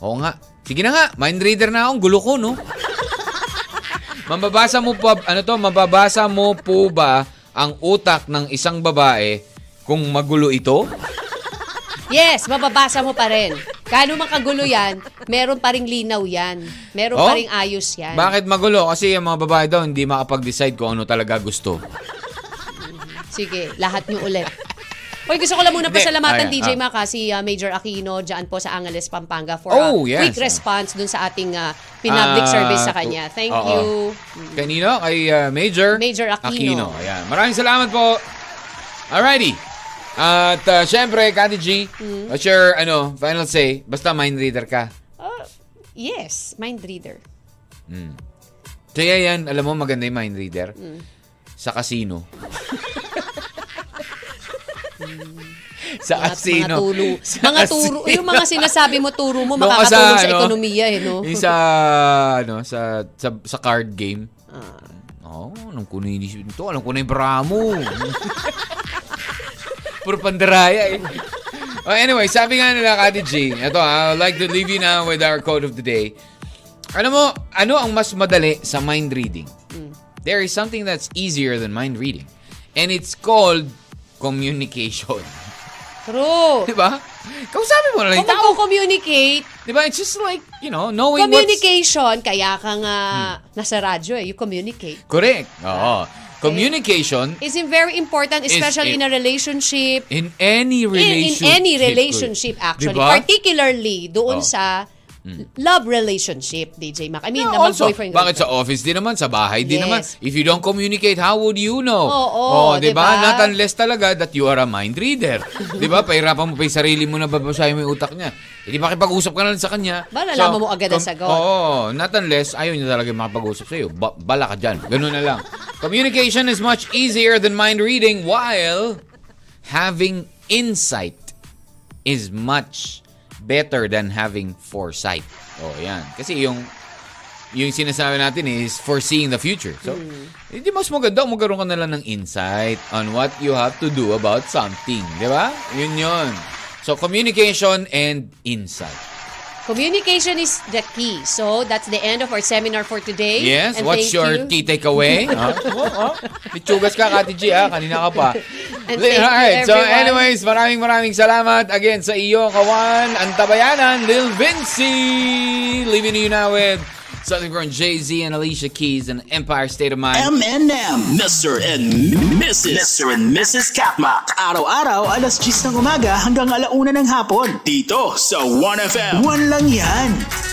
[SPEAKER 4] Oo nga. Sige na nga, mind reader na akong gulo ko, no? Mababasa mo pa ano to, mababasa mo po ba ang utak ng isang babae kung magulo ito?
[SPEAKER 5] Yes, mababasa mo pa rin. Kano man kagulo yan, meron pa rin linaw yan. Meron
[SPEAKER 4] Oh?
[SPEAKER 5] pa rin ayos yan.
[SPEAKER 4] Bakit magulo? Kasi yung mga babae daw hindi makapag-decide kung ano talaga gusto.
[SPEAKER 5] Sige, lahat niyo ulit. Hoy, gusto ko lang muna
[SPEAKER 4] Hindi.
[SPEAKER 5] pasalamatan
[SPEAKER 4] Ayan,
[SPEAKER 5] DJ
[SPEAKER 4] ah.
[SPEAKER 5] Mac ha, si ah, Major Aquino dyan po sa Angeles, Pampanga for
[SPEAKER 4] Oh,
[SPEAKER 5] a
[SPEAKER 4] yes.
[SPEAKER 5] quick response dun sa ating ah,
[SPEAKER 4] Ah,
[SPEAKER 5] pinablic service
[SPEAKER 4] to-
[SPEAKER 5] sa kanya. Thank
[SPEAKER 4] oo.
[SPEAKER 5] you.
[SPEAKER 4] Kanino? Kay uh, Major?
[SPEAKER 5] Major Aquino.
[SPEAKER 4] Ayan. Maraming salamat po. Alrighty. At uh, syempre, Kati G,
[SPEAKER 5] Mm.
[SPEAKER 4] what's your ano, final say? Basta mind reader ka.
[SPEAKER 5] Oh, yes, mind reader.
[SPEAKER 4] Kaya yan, alam mo maganda yung mind reader.
[SPEAKER 5] Mm.
[SPEAKER 4] Sa
[SPEAKER 5] [laughs]
[SPEAKER 4] casino. sa
[SPEAKER 5] Mga, mga
[SPEAKER 4] casino.
[SPEAKER 5] turo.
[SPEAKER 4] Sa [laughs]
[SPEAKER 5] Mga
[SPEAKER 4] casino.
[SPEAKER 5] turo. Yung mga sinasabi mo, turo mo,
[SPEAKER 4] Doon ka
[SPEAKER 5] makakatulong sa,
[SPEAKER 4] ano,
[SPEAKER 5] ekonomiya eh, no?
[SPEAKER 4] yung
[SPEAKER 5] [laughs]
[SPEAKER 4] sa, ano, sa, sa, sa card game.
[SPEAKER 5] Ah.
[SPEAKER 4] Oo, oh, alam ko na yung inisip nito. Alam ko na yung bra mo. [laughs] Puro pandaraya eh. Oh, anyway, sabi nga nila, Kati G, ito ha, I'd like to leave you now with our quote of the day. Alam mo, ano ang mas madali sa mind reading?
[SPEAKER 5] Hmm.
[SPEAKER 4] There is something that's easier than mind reading. And it's called communication. [laughs]
[SPEAKER 5] True.
[SPEAKER 4] Di ba? Kausapin mo na lang
[SPEAKER 5] Kung
[SPEAKER 4] yung tao.
[SPEAKER 5] magko-communicate,
[SPEAKER 4] Di ba? It's just like, you know, knowing what's... Hmm.
[SPEAKER 5] Communication, kaya ka nga nasa radyo eh, you communicate.
[SPEAKER 4] Correct. Oo. Communication
[SPEAKER 5] Is very important,
[SPEAKER 4] Is
[SPEAKER 5] especially
[SPEAKER 4] it-
[SPEAKER 5] in a relationship.
[SPEAKER 4] in any
[SPEAKER 5] In, in
[SPEAKER 4] relationship.
[SPEAKER 5] any relationship, actually.
[SPEAKER 4] Diba?
[SPEAKER 5] Particularly doon
[SPEAKER 4] Oh. Hmm.
[SPEAKER 5] sa love relationship, DJ Mac. I mean,
[SPEAKER 4] Yeah,
[SPEAKER 5] na
[SPEAKER 4] also,
[SPEAKER 5] mag-boyfriend.
[SPEAKER 4] bakit sa office din naman, sa bahay din
[SPEAKER 5] Yes.
[SPEAKER 4] naman. If you don't communicate, how would you know? Oh,
[SPEAKER 5] Oo,
[SPEAKER 4] di
[SPEAKER 5] diba?
[SPEAKER 4] ba? Not unless talaga that you are a mind reader. di ba? Pahirapan mo pa yung sarili mo na babasahin mo yung utak niya. Eh, di ba usap ka na lang sa kanya?
[SPEAKER 5] Ba, nalaman mo agad ang sagot.
[SPEAKER 4] Oo, not unless ayaw niya talaga makapag-usap sa'yo. Ba- bala ka dyan. Ganun na lang. Communication is much easier than mind reading while having insight is much better than having foresight. Oh, yan. Kasi yung yung sinasabi natin is foreseeing the future. So, hindi mas maganda kung magkaroon ka na lang ng insight on what you have to do about something. Di ba? Yun yun. So, communication and insight.
[SPEAKER 5] Communication is the key. So, that's the end of our seminar for today.
[SPEAKER 4] Yes,
[SPEAKER 5] And
[SPEAKER 4] what's
[SPEAKER 5] thank
[SPEAKER 4] your
[SPEAKER 5] you.
[SPEAKER 4] key
[SPEAKER 5] [laughs]
[SPEAKER 4] takeaway? Oh, ha? Oo, Litsugas ka, Kati G, ha? Kanina ka pa.
[SPEAKER 5] And thank you,
[SPEAKER 4] so
[SPEAKER 5] everyone.
[SPEAKER 4] anyways, maraming maraming salamat again sa iyo, Kawan, Antabayanan, Lil Vinci! Leaving you now with something from Jay-Z and Alicia Keys and Empire State of Mind.
[SPEAKER 1] M&M. Mr. and Mrs. Mr. and Mrs. Katma.
[SPEAKER 3] Araw-araw, alas 10 ng umaga hanggang alauna ng hapon.
[SPEAKER 1] Dito sa 1FM.
[SPEAKER 3] One lang yan.